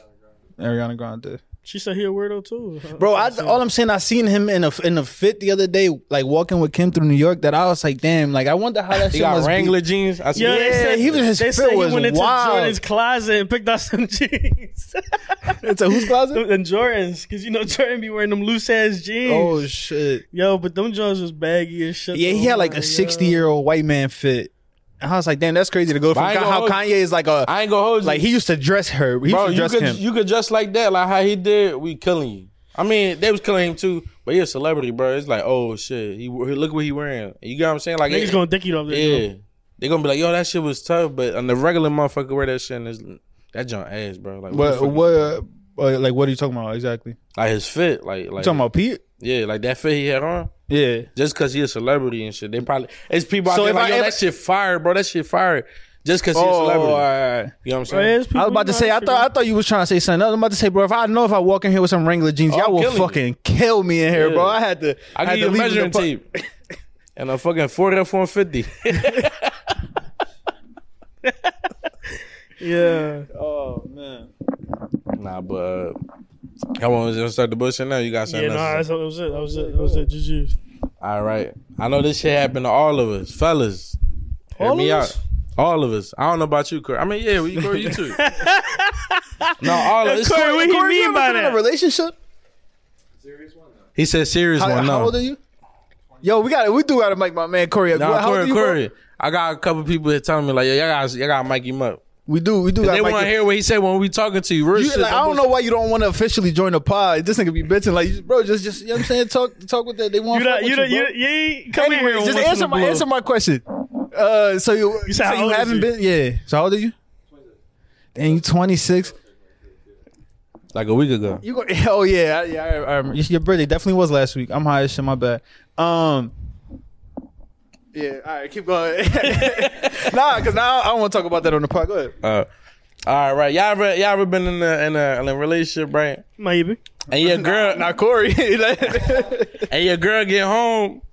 Speaker 3: Ariana Grande.
Speaker 4: She said he a weirdo too.
Speaker 3: Bro, I, all I'm saying, I seen him in a in a fit the other day, like walking with Kim through New York. That I was like, damn, like I wonder how that
Speaker 5: he
Speaker 3: shit
Speaker 5: got
Speaker 3: must be.
Speaker 5: Wrangler jeans. I
Speaker 4: yeah, they
Speaker 5: yeah.
Speaker 4: said,
Speaker 3: he was- his
Speaker 4: they
Speaker 3: fit
Speaker 4: said he
Speaker 3: was
Speaker 4: went into
Speaker 3: wild.
Speaker 4: Jordan's closet and picked out some jeans
Speaker 3: It's a whose closet?
Speaker 4: and Jordans, cause you know Jordan be wearing them loose ass jeans.
Speaker 3: oh shit!
Speaker 4: Yo, but them Jones was baggy as shit.
Speaker 3: Yeah, he
Speaker 4: though.
Speaker 3: had
Speaker 5: Oh,
Speaker 3: like
Speaker 4: Like,
Speaker 3: a 60 year old white man fit. And I was like, damn, that's crazy to go from
Speaker 5: I ain't gonna
Speaker 3: how
Speaker 5: hold you.
Speaker 3: Kanye is like a
Speaker 5: I ain't gonna hold you.
Speaker 3: like he used to dress her. He
Speaker 5: bro,
Speaker 3: used to
Speaker 5: you
Speaker 3: dress
Speaker 5: could
Speaker 3: him.
Speaker 5: you could just like that, like how he did. We killing you. I mean, they was killing him too, but he a celebrity, bro. It's like, oh shit, he, he look what he wearing. You got what I'm saying? Like,
Speaker 4: Niggas
Speaker 5: it-
Speaker 4: gonna dick you up there.
Speaker 5: yeah,
Speaker 4: Yeah.
Speaker 5: they gonna be like, yo, that shit was tough, but on the regular motherfucker wear that shit and it's, that junk ass, bro. Like, the
Speaker 3: What
Speaker 5: fuck-
Speaker 3: what uh, uh, like what are you talking about exactly? You
Speaker 5: Like his fit, like like
Speaker 3: talking about Pete?
Speaker 5: yeah, like that fit he had on.
Speaker 3: Yeah.
Speaker 5: just because he a celebrity and shit. They probably it's people out
Speaker 3: So
Speaker 5: there
Speaker 3: if
Speaker 5: like,
Speaker 3: I
Speaker 5: yo,
Speaker 3: ever- Oh,
Speaker 5: that shit fire, bro. That shit fire. Just because he a celebrity. You know what I'm
Speaker 4: Bro,
Speaker 5: saying?
Speaker 4: there's
Speaker 3: I
Speaker 4: people
Speaker 3: was about to
Speaker 4: who
Speaker 3: say I
Speaker 4: not
Speaker 3: thought I thought you was trying to say something. else. I'm about to say, bro, if I know if I walk in here with some Wrangler jeans,
Speaker 5: Oh,
Speaker 3: y'all will
Speaker 5: killing you.
Speaker 3: fucking kill me in here,
Speaker 5: Yeah.
Speaker 3: bro. I had to
Speaker 5: I
Speaker 3: had
Speaker 5: give you a
Speaker 3: to leave
Speaker 5: measuring
Speaker 3: with the pu-
Speaker 5: tape. And a fucking 40 or 450.
Speaker 4: Yeah.
Speaker 3: Oh man.
Speaker 5: nah, but uh, I want to start the bullshit now. You got
Speaker 4: Yeah,
Speaker 5: something
Speaker 4: no,
Speaker 5: else?
Speaker 4: that's, that was it. That was it. That was it. GG's.
Speaker 5: All right. I know this shit happened to all of us. Fellas, hear
Speaker 4: All
Speaker 5: me
Speaker 4: of
Speaker 5: out.
Speaker 4: us?
Speaker 5: All of us. I don't know about you, Corey. I mean, yeah, you, Corey, you too. No, all of it's
Speaker 4: Corey,
Speaker 5: Corey,
Speaker 4: what do you
Speaker 3: Corey,
Speaker 4: mean
Speaker 3: ever
Speaker 4: by
Speaker 3: been in a
Speaker 4: that?
Speaker 3: relationship?
Speaker 1: Serious one? No.
Speaker 5: He said serious
Speaker 3: How,
Speaker 5: one.
Speaker 3: how
Speaker 5: No,
Speaker 3: old are you? Yo, we got to We do got to make my man Corey up.
Speaker 5: no,
Speaker 3: How old
Speaker 5: Corey,
Speaker 3: are you, bro?
Speaker 5: Corey. I got a couple people that telling me like, yo, y'all got, y'all got to mic him up.
Speaker 3: We do. We do.
Speaker 5: They
Speaker 3: Got
Speaker 5: want to
Speaker 3: Mike.
Speaker 5: hear what he said when we talking to you. Real
Speaker 3: You,
Speaker 5: shit.
Speaker 3: like, I don't know why you don't want to officially join the pod. This nigga be bitching like, you- bro, just, just, you know what I'm saying? Talk, talk with that. They want
Speaker 4: You
Speaker 3: to fuck
Speaker 4: don't,
Speaker 3: with
Speaker 4: you
Speaker 3: you,
Speaker 4: don't, you,
Speaker 3: bro.
Speaker 4: you ain't come in
Speaker 3: Anyways,
Speaker 4: here.
Speaker 3: just answer my, answer my question. Uh, so you,
Speaker 4: You said
Speaker 3: so
Speaker 4: how
Speaker 3: you
Speaker 4: old is
Speaker 3: haven't
Speaker 4: you?
Speaker 3: been, yeah. So how old are you? Dang, you 26.
Speaker 5: Like a week ago.
Speaker 3: You go, oh yeah, I- yeah. I, I remember. Your birthday definitely was last week. I'm high as shit. My bad. Um. Yeah. All right. Keep going. nah, because now I don't want to talk about that on the pod. Go ahead.
Speaker 5: Uh, all right, right. Y'all ever, y'all ever been in a, in a in a relationship, right?
Speaker 4: Maybe.
Speaker 5: And your girl,
Speaker 3: Now Corey.
Speaker 5: and your girl get home,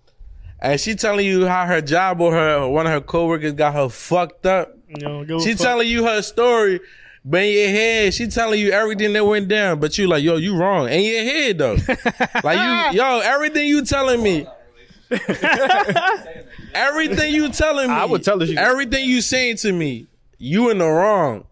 Speaker 5: and she telling you how her job or her one of her coworkers got her fucked up.
Speaker 4: No, give a
Speaker 5: She
Speaker 4: fuck.
Speaker 5: telling you her story, but in your head, she telling you everything that went down. But you like, yo, you wrong. In your head though, like you, yo, everything you telling me. everything you telling me,
Speaker 3: I would tell her she-
Speaker 5: Everything you saying to me, you in the wrong.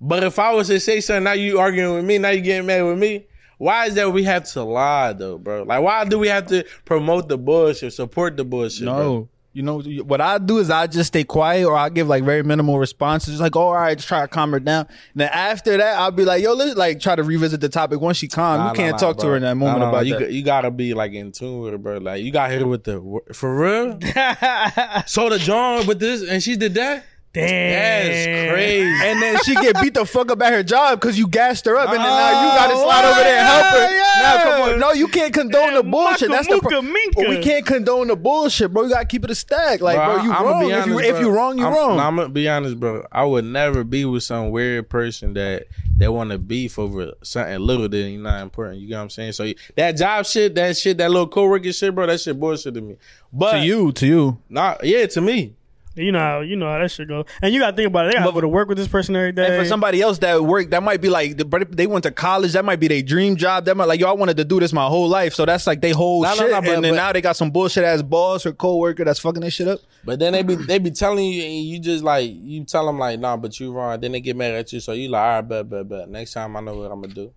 Speaker 5: But if I was to say something, now you arguing with me, now you getting mad with me. Why is that we have to lie though, bro? Like, why do we have to promote the bullshit, support the bullshit? bro?
Speaker 3: no. You know what I do is I just stay quiet or I give like very minimal responses. It's like, oh, all right, try to calm her down. And then after that, I'll be like, yo, let's like try to revisit the topic once she calm.
Speaker 5: Nah,
Speaker 3: you
Speaker 5: nah,
Speaker 3: can't
Speaker 5: nah,
Speaker 3: talk to
Speaker 5: bro.
Speaker 3: her in that
Speaker 5: Nah,
Speaker 3: moment
Speaker 5: nah, nah.
Speaker 3: about
Speaker 5: you,
Speaker 3: that.
Speaker 5: g- You gotta be like in tune with her, bro. Like you got hit with the wor- for real. so the John with this, and she did that.
Speaker 4: Damn.
Speaker 5: That's crazy.
Speaker 3: and then she get beat the fuck up at her job because you gassed her up, and then now you
Speaker 5: Oh,
Speaker 3: gotta slide over there and help her.
Speaker 5: yeah,
Speaker 3: Now
Speaker 5: yeah.
Speaker 3: come on, no, you can't condone the
Speaker 4: Yeah,
Speaker 3: bullshit. That's the
Speaker 4: mucka
Speaker 3: pro-
Speaker 4: minka.
Speaker 3: Well, we can't condone the bullshit, bro. You gotta keep it a stack, like bro. You
Speaker 5: I'ma
Speaker 3: wrong.
Speaker 5: be
Speaker 3: if you
Speaker 5: honest,
Speaker 3: if you
Speaker 5: bro.
Speaker 3: wrong, you
Speaker 5: I'm,
Speaker 3: wrong.
Speaker 5: I'm gonna be honest, bro. I would never be with some weird person that that want to beef over something little that ain't not important. You know what I'm saying? So that job shit, that shit, that little coworker shit, bro. That shit bullshit to me. But
Speaker 3: to you, to you.
Speaker 5: not yeah, to me.
Speaker 4: You know how you know how that shit go. And you gotta think about it. They gotta go to work with this person every day.
Speaker 3: And for somebody else that worked, that might be like the- but they went to college. That might be their dream job. That might like yo, I wanted to do this my whole life. So that's like they whole
Speaker 5: Nah, nah,
Speaker 3: shit.
Speaker 5: nah, but-
Speaker 3: and then
Speaker 5: but-
Speaker 3: now they got some bullshit ass boss or coworker that's fucking this shit up.
Speaker 5: But then they be they be telling you, and you just like you tell them like, nah, but you wrong. Then they get mad at you, so you like, all right, bet, bet, bet. Next time I know what I'm gonna do.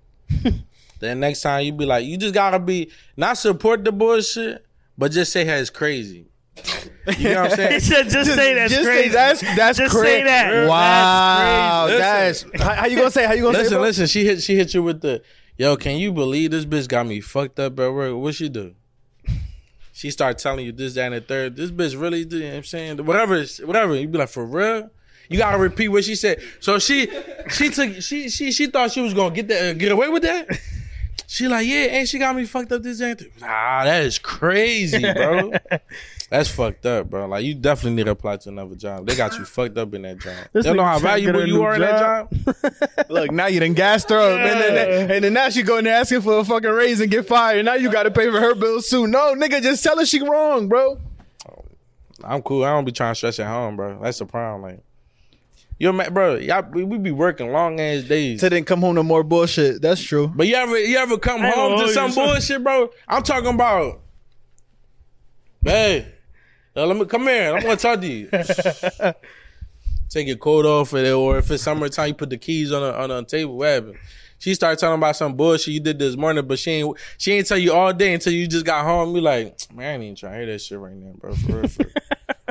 Speaker 5: then next time you be like, you just gotta be not support the bullshit, but just say hey, it's crazy. You know what I'm saying?
Speaker 4: he said, just, say that's
Speaker 3: just
Speaker 4: crazy.
Speaker 3: Say that's that's
Speaker 4: Just
Speaker 3: cra-
Speaker 4: say that.
Speaker 3: Wow,
Speaker 5: That's
Speaker 3: that's, how, how you gonna say? How you gonna say?
Speaker 5: listen,
Speaker 3: bro?
Speaker 5: listen. She hit she hit you with the, yo, can you believe this bitch got me fucked up at work? What she do? She start telling you this, that, and the third. This bitch really do. You know what I'm saying whatever, it's- whatever. You be like for real. You gotta repeat what she said. So she, she took, she, she, she thought she was gonna get that, get away with that. She like, yeah, and she got me fucked up this and that. Nah, that is crazy, bro. That's fucked up, bro. Like you definitely need to apply to another job. They got you fucked up in that job.
Speaker 4: This
Speaker 5: They don't know
Speaker 4: nigga
Speaker 5: how
Speaker 4: trying to get
Speaker 5: valuable
Speaker 4: a
Speaker 5: you
Speaker 4: new
Speaker 5: are in that
Speaker 4: job.
Speaker 5: job.
Speaker 3: Look, now you done gassed her up, and, then, and then now she going there asking for a fucking raise and get fired. And now you got to pay for her bills too. No, nigga, just tell her she wrong, bro.
Speaker 5: I'm cool. I don't be trying to stress at home, bro. That's the problem. Like, you ma- bro, y'all we, we be working long ass days.
Speaker 3: To then come home to more bullshit. That's true.
Speaker 5: But you ever you ever come
Speaker 4: I ain't
Speaker 5: home
Speaker 4: gonna
Speaker 5: to
Speaker 4: hold
Speaker 5: some
Speaker 4: you, son.
Speaker 5: bullshit, bro? I'm talking about, hey, now let me come here. I'm gonna talk to you. Take your coat off, or, or if it's summertime, you put the keys on a, on a table. What happened? She started talking about some bullshit you did this morning, but she ain't she ain't tell you all day until you just got home. You like, man, I ain't even trying to hear that shit right now, bro. For real, for real.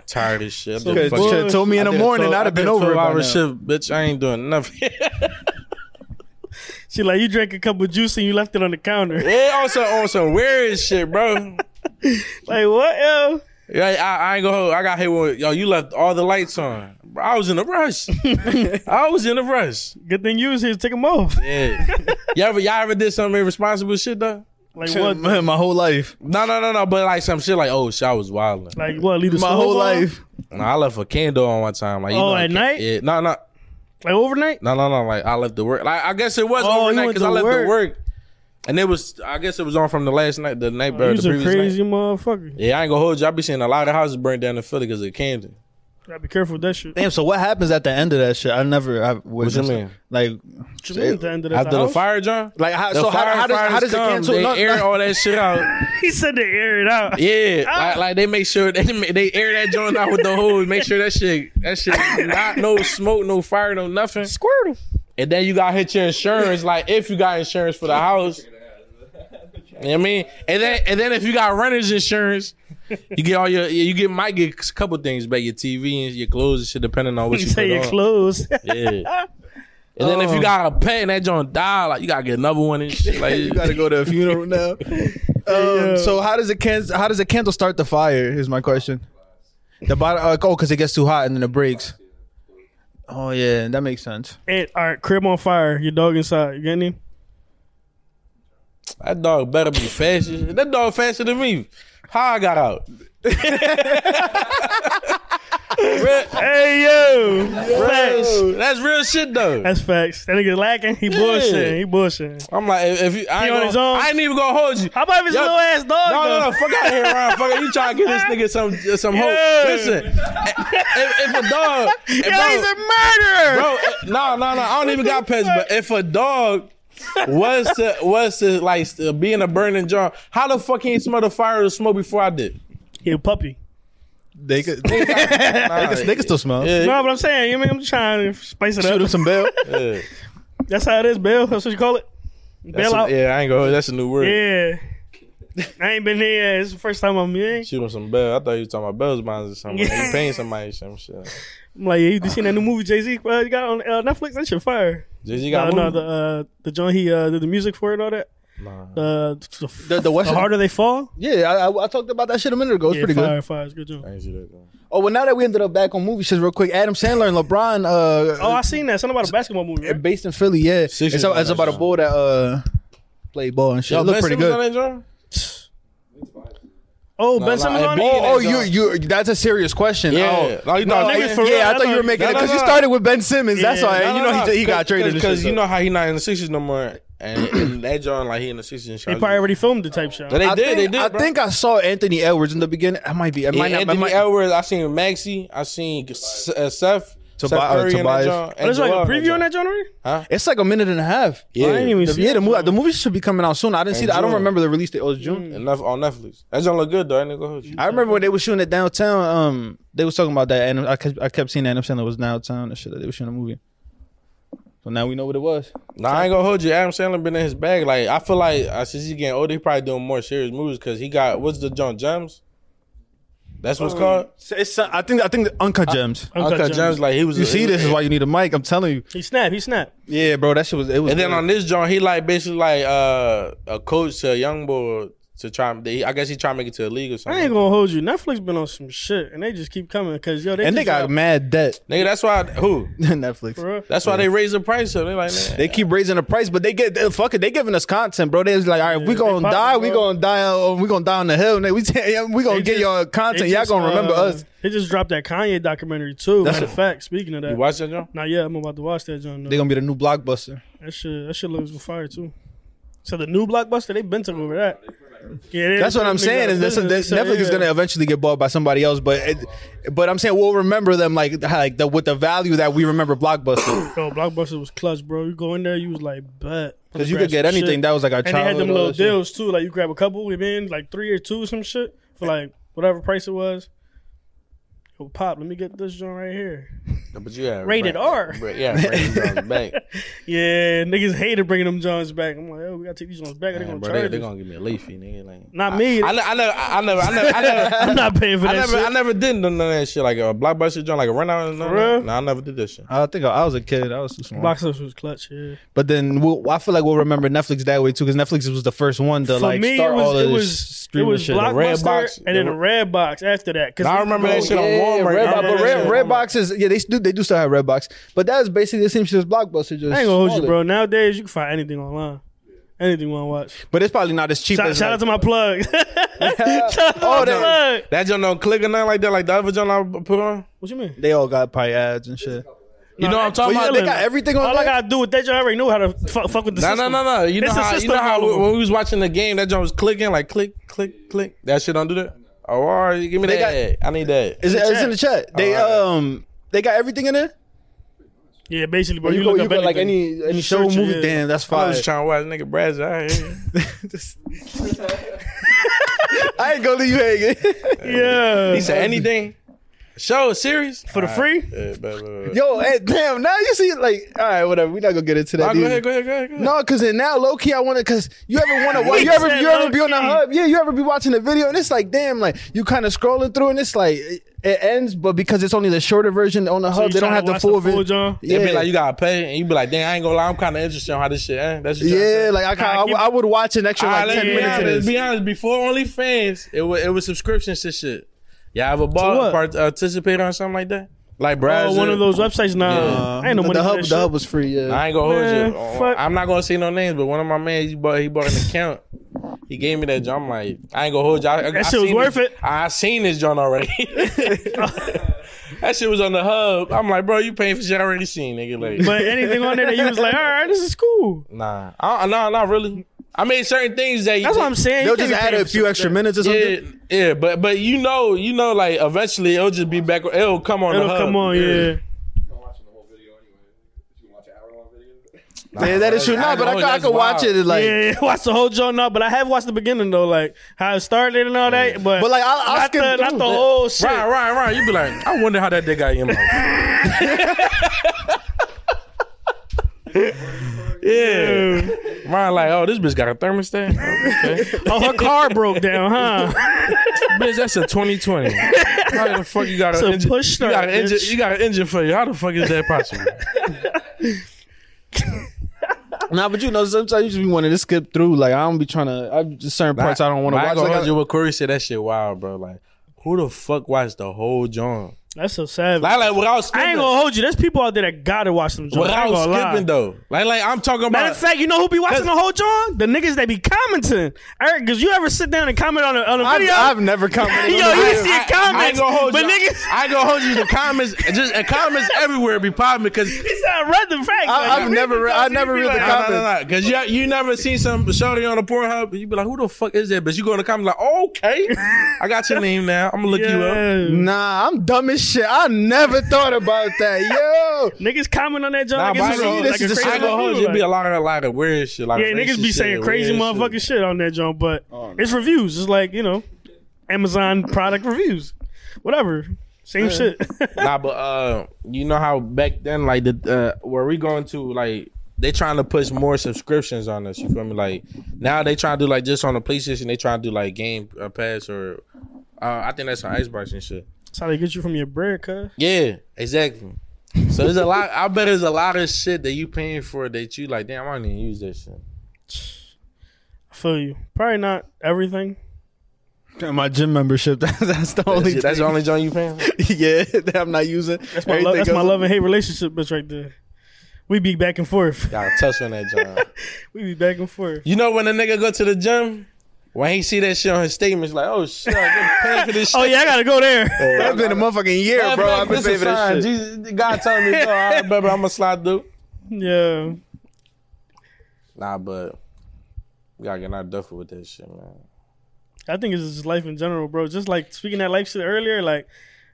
Speaker 5: tired as shit. I've been
Speaker 3: Because
Speaker 5: fucking-
Speaker 3: you should have told me in the
Speaker 5: did a
Speaker 3: morning,
Speaker 5: 12
Speaker 3: I'd
Speaker 5: I
Speaker 3: have
Speaker 5: did
Speaker 3: been
Speaker 5: a
Speaker 3: over it.
Speaker 5: 12
Speaker 3: by
Speaker 5: hour
Speaker 3: now.
Speaker 5: shift, bitch. I ain't doing nothing.
Speaker 4: She like, you drank a cup of juice and you left it on the counter.
Speaker 5: they also on some weird shit, bro.
Speaker 4: like what? Yo?
Speaker 5: Yeah, I, I ain't gonna. hold- I got hit with yo. You left all the lights on. Bro, I was in a rush. I was in a rush.
Speaker 4: Good thing you was here. to Take them off.
Speaker 5: Yeah. Y'all ever y'all ever did some irresponsible shit though?
Speaker 4: Like what?
Speaker 3: Man, my whole life,
Speaker 5: No, no, no, no. But like some shit like oh shit, I was wilding.
Speaker 4: Like what? Leave the
Speaker 3: my
Speaker 4: stove
Speaker 3: whole
Speaker 4: on?
Speaker 3: life.
Speaker 5: No, I left a candle on one time. Like you
Speaker 4: Oh,
Speaker 5: know, like,
Speaker 4: at night?
Speaker 5: Yeah. No, no,
Speaker 4: Like overnight?
Speaker 5: no, no, no. Like I left the work. Like I guess it was
Speaker 4: Oh, you
Speaker 5: overnight
Speaker 4: went
Speaker 5: because I
Speaker 4: to
Speaker 5: left
Speaker 4: work.
Speaker 5: the work. And it was, I guess it was on from the last night, the night, bro,
Speaker 4: Oh,
Speaker 5: the
Speaker 4: you was a
Speaker 5: previous night.
Speaker 4: crazy motherfucker.
Speaker 5: Yeah, I ain't gonna hold you. I be seeing a lot of houses burned down in Philly because of Camden.
Speaker 4: Gotta be careful with that shit.
Speaker 3: Damn. So what happens at the end of that shit? I never. I,
Speaker 5: What you mean?
Speaker 3: Like,
Speaker 4: What you mean at the end of that
Speaker 5: After the
Speaker 4: house?
Speaker 5: fire, John?
Speaker 3: like how,
Speaker 5: The
Speaker 3: so how, how does
Speaker 5: firefighters
Speaker 3: how does it
Speaker 5: come,
Speaker 3: cancel?
Speaker 5: They
Speaker 3: No,
Speaker 5: air
Speaker 3: no.
Speaker 5: all that shit out.
Speaker 4: He said to air it out.
Speaker 5: Yeah,
Speaker 4: Ah.
Speaker 5: like, like they make sure they ma- they air that joint out with the hose. Make sure that shit that shit not no smoke, no fire, no nothing.
Speaker 4: Squirtle.
Speaker 5: And then you gotta hit your insurance, like if you got insurance for the house. You know what I mean? And then and then if you got renter's insurance, you get all your you get might get a couple things back, your TV and your clothes and shit, depending on what
Speaker 4: You
Speaker 5: you
Speaker 4: say
Speaker 5: put
Speaker 4: your
Speaker 5: on.
Speaker 4: clothes. Oh.
Speaker 5: Yeah. And then if you got a pet and that joint die, like you gotta get another one and shit. Like
Speaker 3: You gotta go to a funeral now. Um, so how does a can how does a candle start the fire? Is my question. The bottom, uh, oh, because it gets too hot and then it breaks. Oh yeah, that makes sense.
Speaker 4: It, all right, crib on fire. Your dog inside. You getting him?
Speaker 5: That dog better be faster. That dog faster than me. How I got out. Real-
Speaker 4: Hey yo, facts.
Speaker 5: that's real shit though.
Speaker 4: That's facts. That nigga lacking. He bullshitting. He bullshitting.
Speaker 5: I'm like, if, if you, I ain't,
Speaker 4: on
Speaker 5: gonna-
Speaker 4: his own?
Speaker 5: I ain't even gonna hold you.
Speaker 4: How about if it's
Speaker 5: Yo,
Speaker 4: a little ass dog?
Speaker 5: No, no,
Speaker 4: though?
Speaker 5: no, fuck out here, Ryan. Fuck out. You trying to give this nigga some uh, some hope?
Speaker 4: Yeah.
Speaker 5: Listen, if, if a dog, if
Speaker 4: Yo,
Speaker 5: dog-
Speaker 4: he's a murderer.
Speaker 5: bro, eh, no, no, no. I don't even got pets, but if a dog was to was to like to be in a burning jar, how the fuck can you smell the fire or the smoke before I did?
Speaker 4: He a puppy.
Speaker 3: They could, they,
Speaker 5: Nah,
Speaker 3: could, they could still smell.
Speaker 5: yeah,
Speaker 4: No, but I'm saying, you mean, I'm trying to spice it
Speaker 3: Shoot
Speaker 4: up.
Speaker 3: him some bell.
Speaker 5: yeah.
Speaker 4: That's how it is, Bill. That's what you call it.
Speaker 5: That's
Speaker 4: Bail
Speaker 5: a-
Speaker 4: out. Yeah.
Speaker 5: yeah, I ain't gonna. That's a new word.
Speaker 4: I ain't been here. yet. It's the first time I'm here.
Speaker 5: Shoot him some bell. I thought you were talking about bells bonds or something.
Speaker 4: Yeah.
Speaker 5: You paying somebody some shit.
Speaker 4: I'm like, yeah, you seen that new movie Jay Z uh, you got on uh, Netflix? That shit fire.
Speaker 5: Jay Z
Speaker 4: No,
Speaker 5: got
Speaker 4: no,
Speaker 5: moved?
Speaker 4: the uh, the joint he uh, did the music for it, and all that.
Speaker 5: Nah.
Speaker 4: Uh, the,
Speaker 3: The- the Western-
Speaker 4: harder they fall,
Speaker 3: Yeah, I, I, I talked about that shit a minute ago. It's
Speaker 4: yeah,
Speaker 3: pretty
Speaker 4: fire,
Speaker 3: good.
Speaker 4: Fire, it's a good joint.
Speaker 5: I ain't see that. though.
Speaker 3: Oh, well, now that we ended up back on movie shit real quick, Adam Sandler and LeBron, uh,
Speaker 4: Oh, I seen that. Something about a basketball movie.
Speaker 3: uh,
Speaker 4: Right?
Speaker 3: based in Philly. Yeah, it's,
Speaker 5: Sixers
Speaker 3: a- it's
Speaker 5: on that
Speaker 3: about a
Speaker 5: joint.
Speaker 3: boy that uh played ball and shit.
Speaker 5: Yo,
Speaker 3: it looked
Speaker 5: Ben
Speaker 3: pretty
Speaker 5: Simmons on
Speaker 3: good.
Speaker 5: that joint?
Speaker 4: Oh,
Speaker 5: No,
Speaker 4: Ben
Speaker 5: no,
Speaker 4: Simmons
Speaker 5: it
Speaker 4: on
Speaker 5: be-
Speaker 4: it.
Speaker 5: Yeah,
Speaker 3: Oh,
Speaker 5: that's
Speaker 3: you
Speaker 5: all.
Speaker 3: you that's a serious question.
Speaker 5: Yeah.
Speaker 3: Oh,
Speaker 5: No, you thought-
Speaker 3: I-
Speaker 4: Niggas for real,
Speaker 3: yeah,
Speaker 4: I
Speaker 3: I thought you
Speaker 4: thought-
Speaker 3: were making
Speaker 5: No,
Speaker 3: it
Speaker 5: no,
Speaker 3: because you
Speaker 5: no.
Speaker 3: started with Ben Simmons. That's
Speaker 4: Yeah.
Speaker 3: why
Speaker 5: No,
Speaker 3: you
Speaker 5: no,
Speaker 3: know
Speaker 5: no,
Speaker 3: he, he got
Speaker 5: cause-
Speaker 3: traded
Speaker 5: cause,
Speaker 3: and shit,
Speaker 5: you
Speaker 3: so.
Speaker 5: know how he not in the sixties no more, and, and that joint like he in the sixties.
Speaker 4: He probably already filmed the type shot.
Speaker 5: They
Speaker 3: I
Speaker 5: did.
Speaker 3: think,
Speaker 5: they did.
Speaker 3: I
Speaker 5: bro.
Speaker 3: think I saw Anthony Edwards in the beginning. I might be. I
Speaker 5: Yeah,
Speaker 3: might not. I
Speaker 5: Anthony
Speaker 3: might,
Speaker 5: Edwards. I seen Maxi. I seen S- uh, Seth.
Speaker 3: Tobi-
Speaker 5: Seth
Speaker 3: uh,
Speaker 5: Curry in that
Speaker 3: Tobias.
Speaker 5: joint,
Speaker 4: Oh,
Speaker 5: and
Speaker 4: there's like
Speaker 5: Joel
Speaker 4: a
Speaker 5: in
Speaker 4: preview on
Speaker 5: joint.
Speaker 4: that joint already.
Speaker 3: it's like a minute and a half.
Speaker 5: Yeah,
Speaker 4: I didn't even
Speaker 3: The,
Speaker 4: see
Speaker 3: yeah, the,
Speaker 4: that
Speaker 3: mo-
Speaker 4: joint.
Speaker 3: the movie should be coming out soon. I didn't see. that. I don't
Speaker 5: June.
Speaker 3: remember the release date. Oh, it was June.
Speaker 5: Enough on Netflix. That joint look good though. I ain't gonna hold you.
Speaker 3: I remember when they were shooting it downtown. Um, they was talking about that, and I kept, I kept seeing Adam Sandler was downtown and shit. That they were shooting a movie. So now we know what it was.
Speaker 5: Nah, I ain't gonna hold you. Adam Sandler been in his bag. Like I feel like uh, since he getting older, he probably doing more serious movies because he got what's the joint gems. That's what's called
Speaker 3: So it's, uh, I think I think the Um, Uncut Gems.
Speaker 4: Uncut
Speaker 5: Uncut
Speaker 4: Gems.
Speaker 5: Gems. Like he was.
Speaker 3: You
Speaker 5: a-
Speaker 3: see,
Speaker 5: he-
Speaker 3: this is why you need a mic. I'm telling you.
Speaker 4: He snapped. He snapped.
Speaker 3: Yeah, bro, that shit was. It was.
Speaker 5: And then
Speaker 3: good.
Speaker 5: on this joint, he like basically like uh, a coach to a young boy to try. they- I guess he trying to make it to the league or
Speaker 4: I
Speaker 5: something.
Speaker 4: ain't gonna hold you. Netflix been on some shit, and they just keep coming because yo, they
Speaker 3: and they
Speaker 4: just
Speaker 3: got
Speaker 4: dropped-
Speaker 3: mad debt.
Speaker 5: Nigga, that's why who.
Speaker 3: Netflix.
Speaker 4: For real.
Speaker 5: That's why they raise the price up. They like man,
Speaker 3: They keep raising the price, but they get they, fuck it. They giving us content, bro. They was like, all right, we
Speaker 4: they
Speaker 3: gonna
Speaker 4: popping,
Speaker 3: die, we
Speaker 4: bro.
Speaker 3: gonna die, on- we gonna die on the hill. Nigga. We we gonna
Speaker 4: They
Speaker 3: get
Speaker 4: just-
Speaker 3: y'all
Speaker 4: They
Speaker 3: content. Y'all
Speaker 4: just,
Speaker 3: gonna remember
Speaker 4: uh,
Speaker 3: us.
Speaker 4: They just dropped that Kanye documentary too.
Speaker 3: That's
Speaker 4: Matter of
Speaker 3: what-
Speaker 4: fact, speaking of
Speaker 5: you
Speaker 4: that,
Speaker 5: watch that joint?
Speaker 4: now yeah, I'm about to watch that John.
Speaker 3: They gonna be the new blockbuster.
Speaker 4: That shit, that shit looks fire too. So the new blockbuster, they been took over that. Yeah, they-
Speaker 3: That's what I'm
Speaker 4: they
Speaker 3: saying.
Speaker 4: got
Speaker 3: Is that's,
Speaker 4: business,
Speaker 3: that's- Netflix
Speaker 4: yeah.
Speaker 3: is gonna eventually get bought by somebody else, but it, but I'm saying we'll remember them like how- like the, with the value that we remember blockbuster
Speaker 4: Yo, blockbuster was clutch, bro. You go in there, you was like, bet.
Speaker 3: because you could get anything. That was like our
Speaker 4: and they
Speaker 3: childhood.
Speaker 4: had them
Speaker 3: all
Speaker 4: little
Speaker 3: that shit.
Speaker 4: deals too. Like you grab a couple, you mean like three or two, or some shit for like whatever price it was. Yo, pop, let me get this joint right here.
Speaker 5: But you had
Speaker 4: Rated
Speaker 5: Bra-
Speaker 4: R.
Speaker 5: Bra- yeah, rated John's back.
Speaker 4: Yeah, niggas hated bringing them joints back. I'm like, oh, we gotta take these joints back. They're
Speaker 5: Man,
Speaker 4: gonna
Speaker 5: bro,
Speaker 4: charge
Speaker 5: they, they
Speaker 4: us.
Speaker 5: gonna give me a leafy, nigga. Like
Speaker 4: Not
Speaker 5: I-
Speaker 4: me.
Speaker 5: I, ne- I never, I, I never, I never, I
Speaker 4: I'm
Speaker 5: never.
Speaker 4: not paying for
Speaker 5: I
Speaker 4: that
Speaker 5: never,
Speaker 4: shit.
Speaker 5: I never did none of that shit like a blockbuster joint, like a run out.
Speaker 4: For real?
Speaker 5: No, I never did that shit.
Speaker 3: I think I, I was a kid. I was too small.
Speaker 4: Box office was clutch. Yeah.
Speaker 3: But then we'll, I feel like we'll remember Netflix that way too, because Netflix was the first one to
Speaker 4: For
Speaker 3: like
Speaker 4: me,
Speaker 3: start
Speaker 4: it was
Speaker 3: all of
Speaker 4: it
Speaker 3: this
Speaker 4: was it
Speaker 3: streaming
Speaker 4: was
Speaker 3: shit.
Speaker 4: Blockbuster
Speaker 5: Red Box,
Speaker 4: and then
Speaker 5: the-
Speaker 4: a Red Box after that. Cause
Speaker 5: Now, I remember that shit on Walmart.
Speaker 3: Red,
Speaker 5: I remember
Speaker 3: Box, but
Speaker 5: that shit
Speaker 3: Red,
Speaker 5: on
Speaker 3: Red
Speaker 5: Walmart.
Speaker 3: Box is yeah they do they do still have Red Box, but that's basically the same shit as Blockbuster. Just
Speaker 4: I ain't gonna hold you,
Speaker 3: smaller.
Speaker 4: bro. Nowadays, you can find anything online. Anything you want to watch.
Speaker 3: But it's probably not as cheap
Speaker 4: Shout,
Speaker 3: as
Speaker 4: shout
Speaker 3: like-
Speaker 4: out to my plug. shout out to
Speaker 3: Oh, that-
Speaker 4: my plug.
Speaker 5: That joint don't click or nothing like that, like the other joint I put on.
Speaker 4: What you mean?
Speaker 3: they all got probably ads and shit.
Speaker 5: You know what I'm
Speaker 3: But
Speaker 5: talking
Speaker 3: yeah,
Speaker 5: about?
Speaker 3: they got everything on
Speaker 4: All I
Speaker 3: there.
Speaker 4: gotta do with that, y'all already know how to fuck, fuck with the
Speaker 5: No, no,
Speaker 4: system.
Speaker 5: no, no. You know
Speaker 4: It's a
Speaker 5: how you
Speaker 4: system
Speaker 5: know how
Speaker 4: problem.
Speaker 5: when we was watching the game, that joint was clicking like click, click, click. That shit don't do that. Oh, all right, give me
Speaker 3: They
Speaker 5: that. I need that.
Speaker 3: Is it,
Speaker 4: the
Speaker 3: it's in the chat. They
Speaker 5: Alright.
Speaker 3: um they got everything in there.
Speaker 4: Yeah, basically, bro.
Speaker 3: Or
Speaker 4: You,
Speaker 3: you go,
Speaker 4: look
Speaker 3: you
Speaker 4: up
Speaker 3: go like
Speaker 4: anything.
Speaker 3: any any
Speaker 4: You
Speaker 3: show
Speaker 4: search it,
Speaker 3: movie.
Speaker 4: yeah.
Speaker 3: Damn, that's
Speaker 5: I
Speaker 3: fine.
Speaker 5: was just trying to watch nigga Brad's. I hear
Speaker 3: I ain't gonna leave you hanging.
Speaker 4: Yeah.
Speaker 5: He said anything. Show serious
Speaker 4: for the free.
Speaker 5: Yeah, but, uh, but, but.
Speaker 3: Yo, hey, damn. Now you see, like, all right, whatever. We're not gonna get into that.
Speaker 5: Nah, go
Speaker 3: either.
Speaker 5: ahead, go ahead, go ahead. Go ahead.
Speaker 3: No, because then now low key I want to. Because you ever want to watch?
Speaker 4: He
Speaker 3: You ever
Speaker 4: said
Speaker 3: you ever be
Speaker 4: low
Speaker 3: on the
Speaker 4: key.
Speaker 3: hub? Yeah, you ever be watching a video and it's like, damn, like you kind of scrolling through and it's like it it ends, but because it's only the shorter version on the
Speaker 4: So
Speaker 3: hub,
Speaker 4: you
Speaker 3: they don't
Speaker 4: tryna
Speaker 3: have the
Speaker 4: watch
Speaker 3: full, vi-
Speaker 4: John.
Speaker 3: Yeah,
Speaker 5: It be like you gotta pay, and you be like, "Dang, I ain't gonna lie, I'm kind of interested on how this shit." Eh? That's just
Speaker 3: yeah, like I kind
Speaker 4: Nah,
Speaker 3: I,
Speaker 4: keep-
Speaker 3: I would watch an extra like ten
Speaker 5: be
Speaker 3: minutes of
Speaker 5: honest,
Speaker 3: this.
Speaker 5: Be honest, before OnlyFans, it was it was subscriptions to shit. Y'all ever bought
Speaker 4: what?
Speaker 5: part, uh, participate on something like that? Like
Speaker 4: Oh,
Speaker 5: Brazil,
Speaker 4: one of those websites now.
Speaker 5: Yeah.
Speaker 4: I ain't no money
Speaker 3: the
Speaker 4: for
Speaker 3: hub,
Speaker 4: that
Speaker 3: the
Speaker 4: shit.
Speaker 3: hub was free. Yeah,
Speaker 5: I ain't gonna
Speaker 4: Man,
Speaker 5: hold you. Oh,
Speaker 4: fuck.
Speaker 5: I'm not gonna say no names, but one of my man, he bought he bought an account. He gave me that joint. I'm like, I ain't gonna hold you. I, I-
Speaker 4: That
Speaker 5: I
Speaker 4: shit was
Speaker 5: seen
Speaker 4: worth
Speaker 5: this-
Speaker 4: it.
Speaker 5: I seen this joint already. that shit was on the hub. I'm like, bro, you paying for shit I already seen, nigga. Like,
Speaker 4: But anything on there that you was like, all right, this is cool.
Speaker 5: nah, I, nah, not really. I mean, certain things that
Speaker 4: That's what I'm saying.
Speaker 3: they'll
Speaker 4: You can't
Speaker 3: just
Speaker 4: be
Speaker 3: add
Speaker 4: paying
Speaker 3: a
Speaker 4: for
Speaker 3: few
Speaker 4: shit.
Speaker 3: extra minutes or something.
Speaker 5: Yeah, yeah, but but you know, you know, like eventually it'll just be back. It'll come on. the
Speaker 4: It'll
Speaker 5: hub.
Speaker 4: come on, yeah.
Speaker 1: I'm watching the whole video anyway. You can watch an hour long video.
Speaker 3: Yeah, that is true.
Speaker 5: I
Speaker 3: Nah, but I,
Speaker 5: know,
Speaker 3: could- I
Speaker 5: that's
Speaker 3: could watch
Speaker 5: wild.
Speaker 3: it. Like,
Speaker 4: yeah, yeah, watch the whole joint now, but I have watched the beginning though, like how it started and all that. But,
Speaker 3: but like I, I
Speaker 4: not,
Speaker 3: skip
Speaker 4: the, not
Speaker 3: through.
Speaker 4: the whole shit.
Speaker 5: Ryan, Ryan, Ryan, you be like, I wonder how that day got in. Like. yeah, Ryan, like, oh, this bitch got a thermostat. Okay.
Speaker 4: Oh, her car broke down, huh?
Speaker 5: bitch, that's a 2020. How the fuck you got
Speaker 4: It's
Speaker 5: an
Speaker 4: a
Speaker 5: engine?
Speaker 4: push
Speaker 5: you got
Speaker 4: start,
Speaker 5: an engine.
Speaker 4: bitch.
Speaker 5: You got an engine for you. How the fuck is that possible?
Speaker 3: Nah, but you know, sometimes you just be wanting to skip through. Like, I don't be trying to. I just certain parts I don't want to
Speaker 5: But I
Speaker 3: watch.
Speaker 5: ain't gonna
Speaker 3: Like,
Speaker 5: hold
Speaker 3: I-
Speaker 5: you what Corey said. That shit wild, bro. Like, who the fuck watched the whole joint?
Speaker 4: That's so savage.
Speaker 5: Like, like without skipping.
Speaker 4: I ain't gonna hold you. There's people out there that gotta watch them joints. I ain't
Speaker 5: without
Speaker 4: gonna lie.
Speaker 5: skipping though. Like, like I'm talking about.
Speaker 4: Matter of fact, you know who be watching the whole joint? The niggas that be commenting. Eric, cause you ever sit down and comment on a, on a
Speaker 3: I've,
Speaker 4: video?
Speaker 3: I've never commented.
Speaker 4: Yo,
Speaker 3: on
Speaker 4: Oh, you
Speaker 3: that.
Speaker 4: see
Speaker 5: I-
Speaker 4: the comments,
Speaker 5: I ain't gonna hold
Speaker 4: but
Speaker 5: you.
Speaker 4: niggas-
Speaker 5: I ain't gonna hold you. The comments, just and comments everywhere be popping because
Speaker 4: it's not read the fact.
Speaker 3: I- I've never read- I never read the
Speaker 5: no,
Speaker 3: comments.
Speaker 5: no, no, no, because you you never seen some shorty on a Pornhub. You be like, who the fuck is that? But you go in the comments like, okay, I got your name now. I'm gonna look you up.
Speaker 4: Yeah.
Speaker 3: Nah, I'm dumb as shit. I never thought about that. Yo,
Speaker 4: Niggas comment on that joint.
Speaker 5: Nah,
Speaker 4: like
Speaker 5: but I ain't
Speaker 4: it's a-
Speaker 5: gonna-
Speaker 3: this
Speaker 4: like
Speaker 3: is
Speaker 4: a
Speaker 3: the
Speaker 4: crazy
Speaker 3: shit
Speaker 5: I ain't gonna hold you.
Speaker 4: review,
Speaker 5: It'd be
Speaker 4: like-
Speaker 5: a lot of a lot of weird shit. Like
Speaker 4: Yeah, niggas be
Speaker 5: racist
Speaker 4: saying
Speaker 5: shit,
Speaker 4: crazy
Speaker 5: weird
Speaker 4: motherfucking shit.
Speaker 5: shit. Oh,
Speaker 4: on that joint, but it's reviews. It's like, you know, Amazon product reviews. Whatever. Same shit.
Speaker 5: nah, but uh, you know how back then, like the uh, where we going to, like they trying to push more subscriptions on us. You feel me? Like now they trying to do like just on the PlayStation, they trying to do like Game uh, Pass or uh, I think that's on Xbox and shit.
Speaker 4: That's how they get you from your bread, cuz.
Speaker 5: Yeah, exactly. So there's a lot. I bet there's a lot of shit that you paying for that you like. Damn, I don't even use that shit.
Speaker 4: I feel you. Probably not everything.
Speaker 3: my gym membership—that's the
Speaker 5: That's,
Speaker 3: only.
Speaker 5: it. That's the only joint you paying. For?
Speaker 3: yeah, that I'm not using.
Speaker 4: That's my, love, that's my love and hate relationship bitch right there. We be back and forth.
Speaker 5: Gotta touch on that joint.
Speaker 4: We be back and forth.
Speaker 5: You know when a nigga go to the gym, when he see that shit on his statements, like, oh shit, I'm paying for this shit.
Speaker 4: Oh yeah, I gotta go there.
Speaker 3: That's been a motherfucking year, bro. I've been
Speaker 5: this
Speaker 3: saving
Speaker 5: a sign.
Speaker 3: this shit.
Speaker 5: Jesus, God telling me, no, all right, baby, I'm gonna slide through.
Speaker 4: yeah.
Speaker 5: Nah, but we gotta get our duffel with that shit, man.
Speaker 4: I think it's just life in general, bro. Just like speaking that life shit earlier, like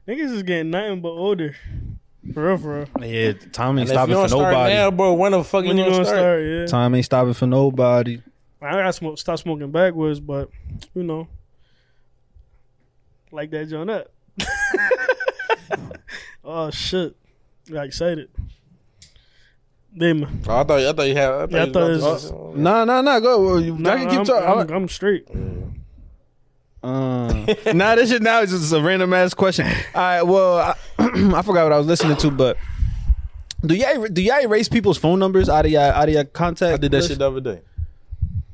Speaker 4: niggas is getting nothing but older. For real, for real.
Speaker 3: Yeah, time ain't
Speaker 5: And if you don't start now, bro, when the fuck
Speaker 4: When you gonna
Speaker 5: start?
Speaker 4: start? Yeah.
Speaker 3: Time ain't stopping for nobody.
Speaker 4: I gotta smoke, stop smoking backwards, but you know, like that joint up. oh shit! Got excited. Damn,
Speaker 5: Oh, I thought, I thought you had. I thought,
Speaker 4: Yeah, I
Speaker 5: you
Speaker 4: thought
Speaker 5: was
Speaker 4: it
Speaker 5: about
Speaker 4: was-
Speaker 5: to-
Speaker 3: Nah, nah, nah. Go. Well, you-
Speaker 4: no,
Speaker 3: I can keep
Speaker 4: I'm,
Speaker 3: talking.
Speaker 4: I'm, I'm straight.
Speaker 3: Uh, nah, this shit now is just a random ass question. All right, well, I, I forgot what I was listening to, but do y'all do y'all erase people's phone numbers out of y'all out of your contact?
Speaker 5: I did that
Speaker 3: list?
Speaker 5: shit the other day.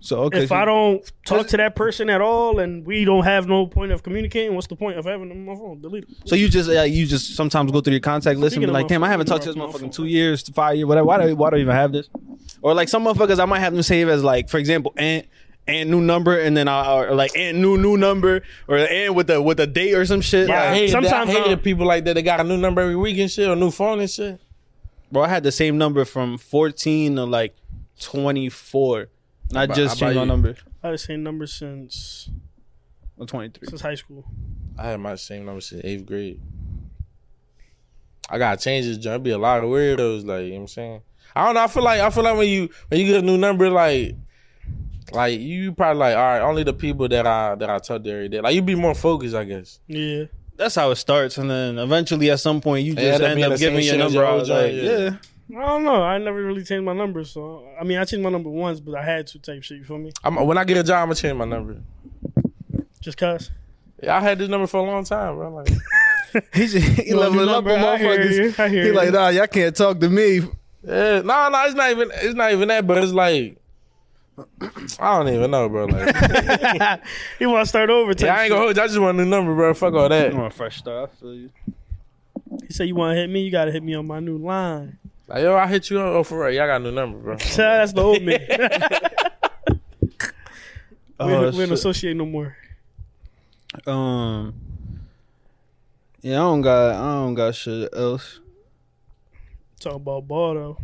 Speaker 3: So okay,
Speaker 4: If I don't talk to that person at all, and we don't have no point of communicating, what's the point of having them on my phone? Delete it.
Speaker 3: so you just uh, you just sometimes go through your contact list and
Speaker 4: Speaking
Speaker 3: be
Speaker 4: of
Speaker 3: like,
Speaker 4: my
Speaker 3: damn, I
Speaker 4: phone,
Speaker 3: haven't talked to
Speaker 4: my
Speaker 3: this motherfucker
Speaker 4: phone.
Speaker 3: in two years, five years, whatever. Why do why do I even have this? Or like some motherfuckers, I might have them save as like, for example, and and new number, and then I or like and new new number, or and with the with a date or some shit.
Speaker 4: Yeah.
Speaker 5: I hated
Speaker 4: Sometimes,
Speaker 5: Sometimes I hated
Speaker 4: uh,
Speaker 5: people like that. They got a new number every week and shit, or new phone and shit.
Speaker 3: Bro, I had the same number from 14 to like 24. And I
Speaker 5: bu- I
Speaker 3: just
Speaker 5: buy
Speaker 3: changed my
Speaker 5: you.
Speaker 3: number.
Speaker 4: I had the same number since
Speaker 3: I'm 23.
Speaker 4: since high school.
Speaker 5: I had my same number since eighth grade. I gotta change this joint. Be a lot of weirdos, like you know what I'm saying. I don't know. I feel like I feel like when you when you get a new number, like like you probably like all right, only the people that I that I talk to every day. Like you be more focused, I guess.
Speaker 4: Yeah,
Speaker 3: that's how it starts, and then eventually at some point you
Speaker 5: It end
Speaker 3: just
Speaker 5: up
Speaker 3: end
Speaker 5: being
Speaker 3: up,
Speaker 5: the
Speaker 3: giving
Speaker 5: same
Speaker 3: your
Speaker 5: shit as your
Speaker 3: number out.
Speaker 5: old
Speaker 3: Like,
Speaker 5: joint,
Speaker 3: yeah.
Speaker 5: yeah.
Speaker 4: I don't know. I never really changed my number, so I mean, I changed my number once, but I had to type shit. You feel me?
Speaker 5: I'm, when I get a job, I'm gonna change my number.
Speaker 4: Just cause.
Speaker 5: Yeah, I had this number for a long time, bro. Like,
Speaker 3: he, just, he leveling up on
Speaker 4: I hear you.
Speaker 3: motherfuckers.
Speaker 4: I hear
Speaker 3: He
Speaker 4: you.
Speaker 3: like, nah, y'all can't talk to me.
Speaker 5: yeah, no, no, it's not even, it's not even that, but it's like, I don't even know, bro. Like,
Speaker 4: he want to start over. Type
Speaker 5: yeah, I ain't gonna hold you. I just want a new number, bro. Fuck all that.
Speaker 3: You want fresh stuff?
Speaker 4: shit. He said, "You want to hit me? You gotta hit me on my new line."
Speaker 5: Like, yo, I hit you up. Oh, for real. Y'all got a new number, bro.
Speaker 4: That's the old me. we
Speaker 3: Oh,
Speaker 4: don't, we don't
Speaker 3: shit.
Speaker 4: associate no more.
Speaker 3: Um. Yeah, I don't got I don't got shit else.
Speaker 4: Talk about ball though.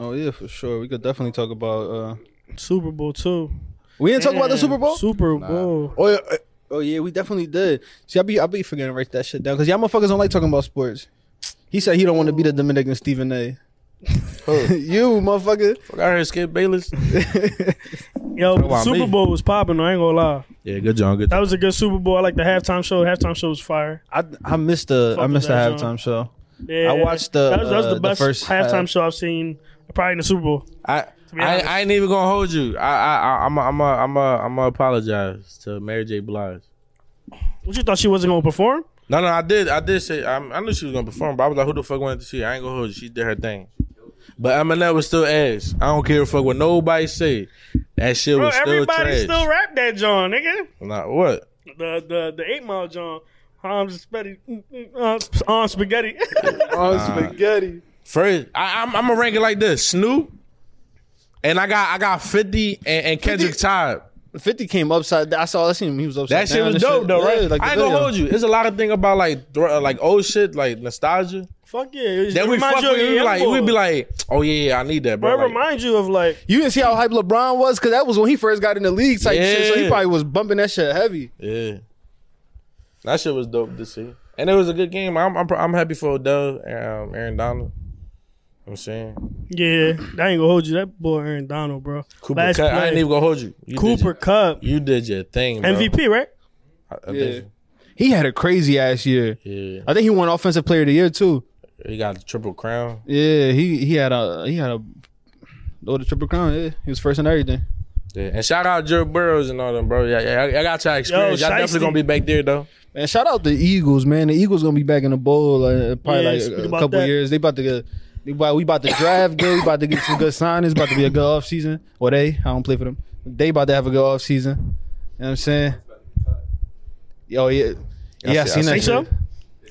Speaker 3: Oh yeah, for sure. We could definitely talk about. uh
Speaker 4: Super Bowl too.
Speaker 3: We didn't talk about the Super Bowl.
Speaker 4: Super Bowl.
Speaker 3: Oh yeah, uh, oh yeah, we definitely did. See, I be I be forgetting to write that shit down because y'all motherfuckers don't like talking about sports. He said he don't want to be the Dominican Stephen A.
Speaker 5: Who?
Speaker 3: you motherfucker.
Speaker 5: Fuck, I heard Skip Bayless.
Speaker 4: Yo,
Speaker 5: about
Speaker 4: Super
Speaker 5: me.
Speaker 4: Bowl was popping. I ain't gonna lie.
Speaker 5: Yeah, good job. Good
Speaker 4: That was a good Super Bowl. I like the halftime show. The halftime show was fire.
Speaker 3: I I missed the I
Speaker 4: Fuck
Speaker 3: missed the
Speaker 4: that, John.
Speaker 3: halftime show.
Speaker 4: Yeah,
Speaker 3: I watched the,
Speaker 4: That was, that was
Speaker 3: uh,
Speaker 4: the
Speaker 3: the
Speaker 4: best
Speaker 3: first
Speaker 4: halftime
Speaker 3: half.
Speaker 4: show I've seen probably in the Super Bowl.
Speaker 5: I,
Speaker 4: be
Speaker 5: I,
Speaker 4: honest.
Speaker 5: I ain't even gonna hold you. I, I, I'm, a, I'm, a, I'm, a, I'm a apologize to Mary J. Blige.
Speaker 4: What you thought she wasn't gonna perform?
Speaker 5: No, no, I did, I did say, I, I knew she was gonna perform, but I was like, who the fuck wanted to see? her? I ain't gonna hold you. She did her thing. But Eminem was still ass. I don't care a fuck what nobody say. That shit
Speaker 4: Bro,
Speaker 5: was still
Speaker 4: everybody
Speaker 5: trash.
Speaker 4: still rap that John, nigga.
Speaker 5: Nah, what?
Speaker 4: The the the eight mile John. I'm spaghetti. mm, mm, uh, sp- uh, spaghetti.
Speaker 3: Oh spaghetti.
Speaker 5: First, I, I'm, I'm gonna rank it like this: Snoop, and I got, I got Fifty and, and Kendrick
Speaker 3: 50?
Speaker 5: Todd.
Speaker 3: Fifty came upside. I saw. I seen him. He was upside.
Speaker 5: That shit
Speaker 3: down
Speaker 5: was
Speaker 3: and
Speaker 5: dope though, right?
Speaker 3: Yeah, like
Speaker 5: I ain't gonna hold you. It's a lot of thing about like thr- uh, like old shit, like nostalgia.
Speaker 4: Fuck yeah. It
Speaker 5: That we
Speaker 4: reminds
Speaker 5: fuck with,
Speaker 4: you of
Speaker 5: we
Speaker 4: your
Speaker 5: like
Speaker 4: young
Speaker 5: we
Speaker 4: boy.
Speaker 5: be like, oh yeah, yeah, I need that, bro.
Speaker 4: Bro,
Speaker 5: Like,
Speaker 4: it reminds you of like
Speaker 3: You didn't see how hype LeBron was because that was when he first got in the league type shit. So he
Speaker 5: Yeah.
Speaker 3: probably was bumping that shit heavy.
Speaker 5: yeah, that shit was dope to see, and it was a good game. I'm I'm, pr- I'm happy for Odell and um, Aaron Donald. I'm saying
Speaker 4: Yeah, I ain't gonna hold you. That boy Aaron Donald, bro.
Speaker 5: Cooper
Speaker 4: Last
Speaker 5: Cup. I
Speaker 4: play.
Speaker 5: ain't even gonna hold you. you
Speaker 4: Cooper
Speaker 5: did
Speaker 4: Cup,
Speaker 5: your, you did your thing, bro.
Speaker 4: MVP, right?
Speaker 5: I, I
Speaker 3: Yeah.
Speaker 5: think,
Speaker 3: He had a crazy ass year.
Speaker 5: yeah,
Speaker 3: I think he won Offensive Player of the Year too.
Speaker 5: he got a triple crown.
Speaker 3: Yeah, he he had a he had a oh the triple crown. Yeah, he was first in everything.
Speaker 5: Yeah, and shout out Joe Burrows and all them, bro. Yeah, yeah, I, I got y'all experience. y'all
Speaker 4: shiesty.
Speaker 5: definitely gonna be back there though.
Speaker 3: Man, shout out the Eagles, man. The Eagles gonna be back in the bowl like, uh, probably
Speaker 4: Yeah,
Speaker 3: like
Speaker 4: speak
Speaker 3: a,
Speaker 4: about
Speaker 3: couple
Speaker 4: that.
Speaker 3: years. They about to get they about, we about to draft good. We about to get some good signings. About to be a good off season. Or they, I don't play for them. They about to have a good off season. You know what I'm saying? Yo, yeah, yeah, I
Speaker 5: see-
Speaker 3: seen
Speaker 5: I
Speaker 3: that.
Speaker 4: Think so?
Speaker 3: shit.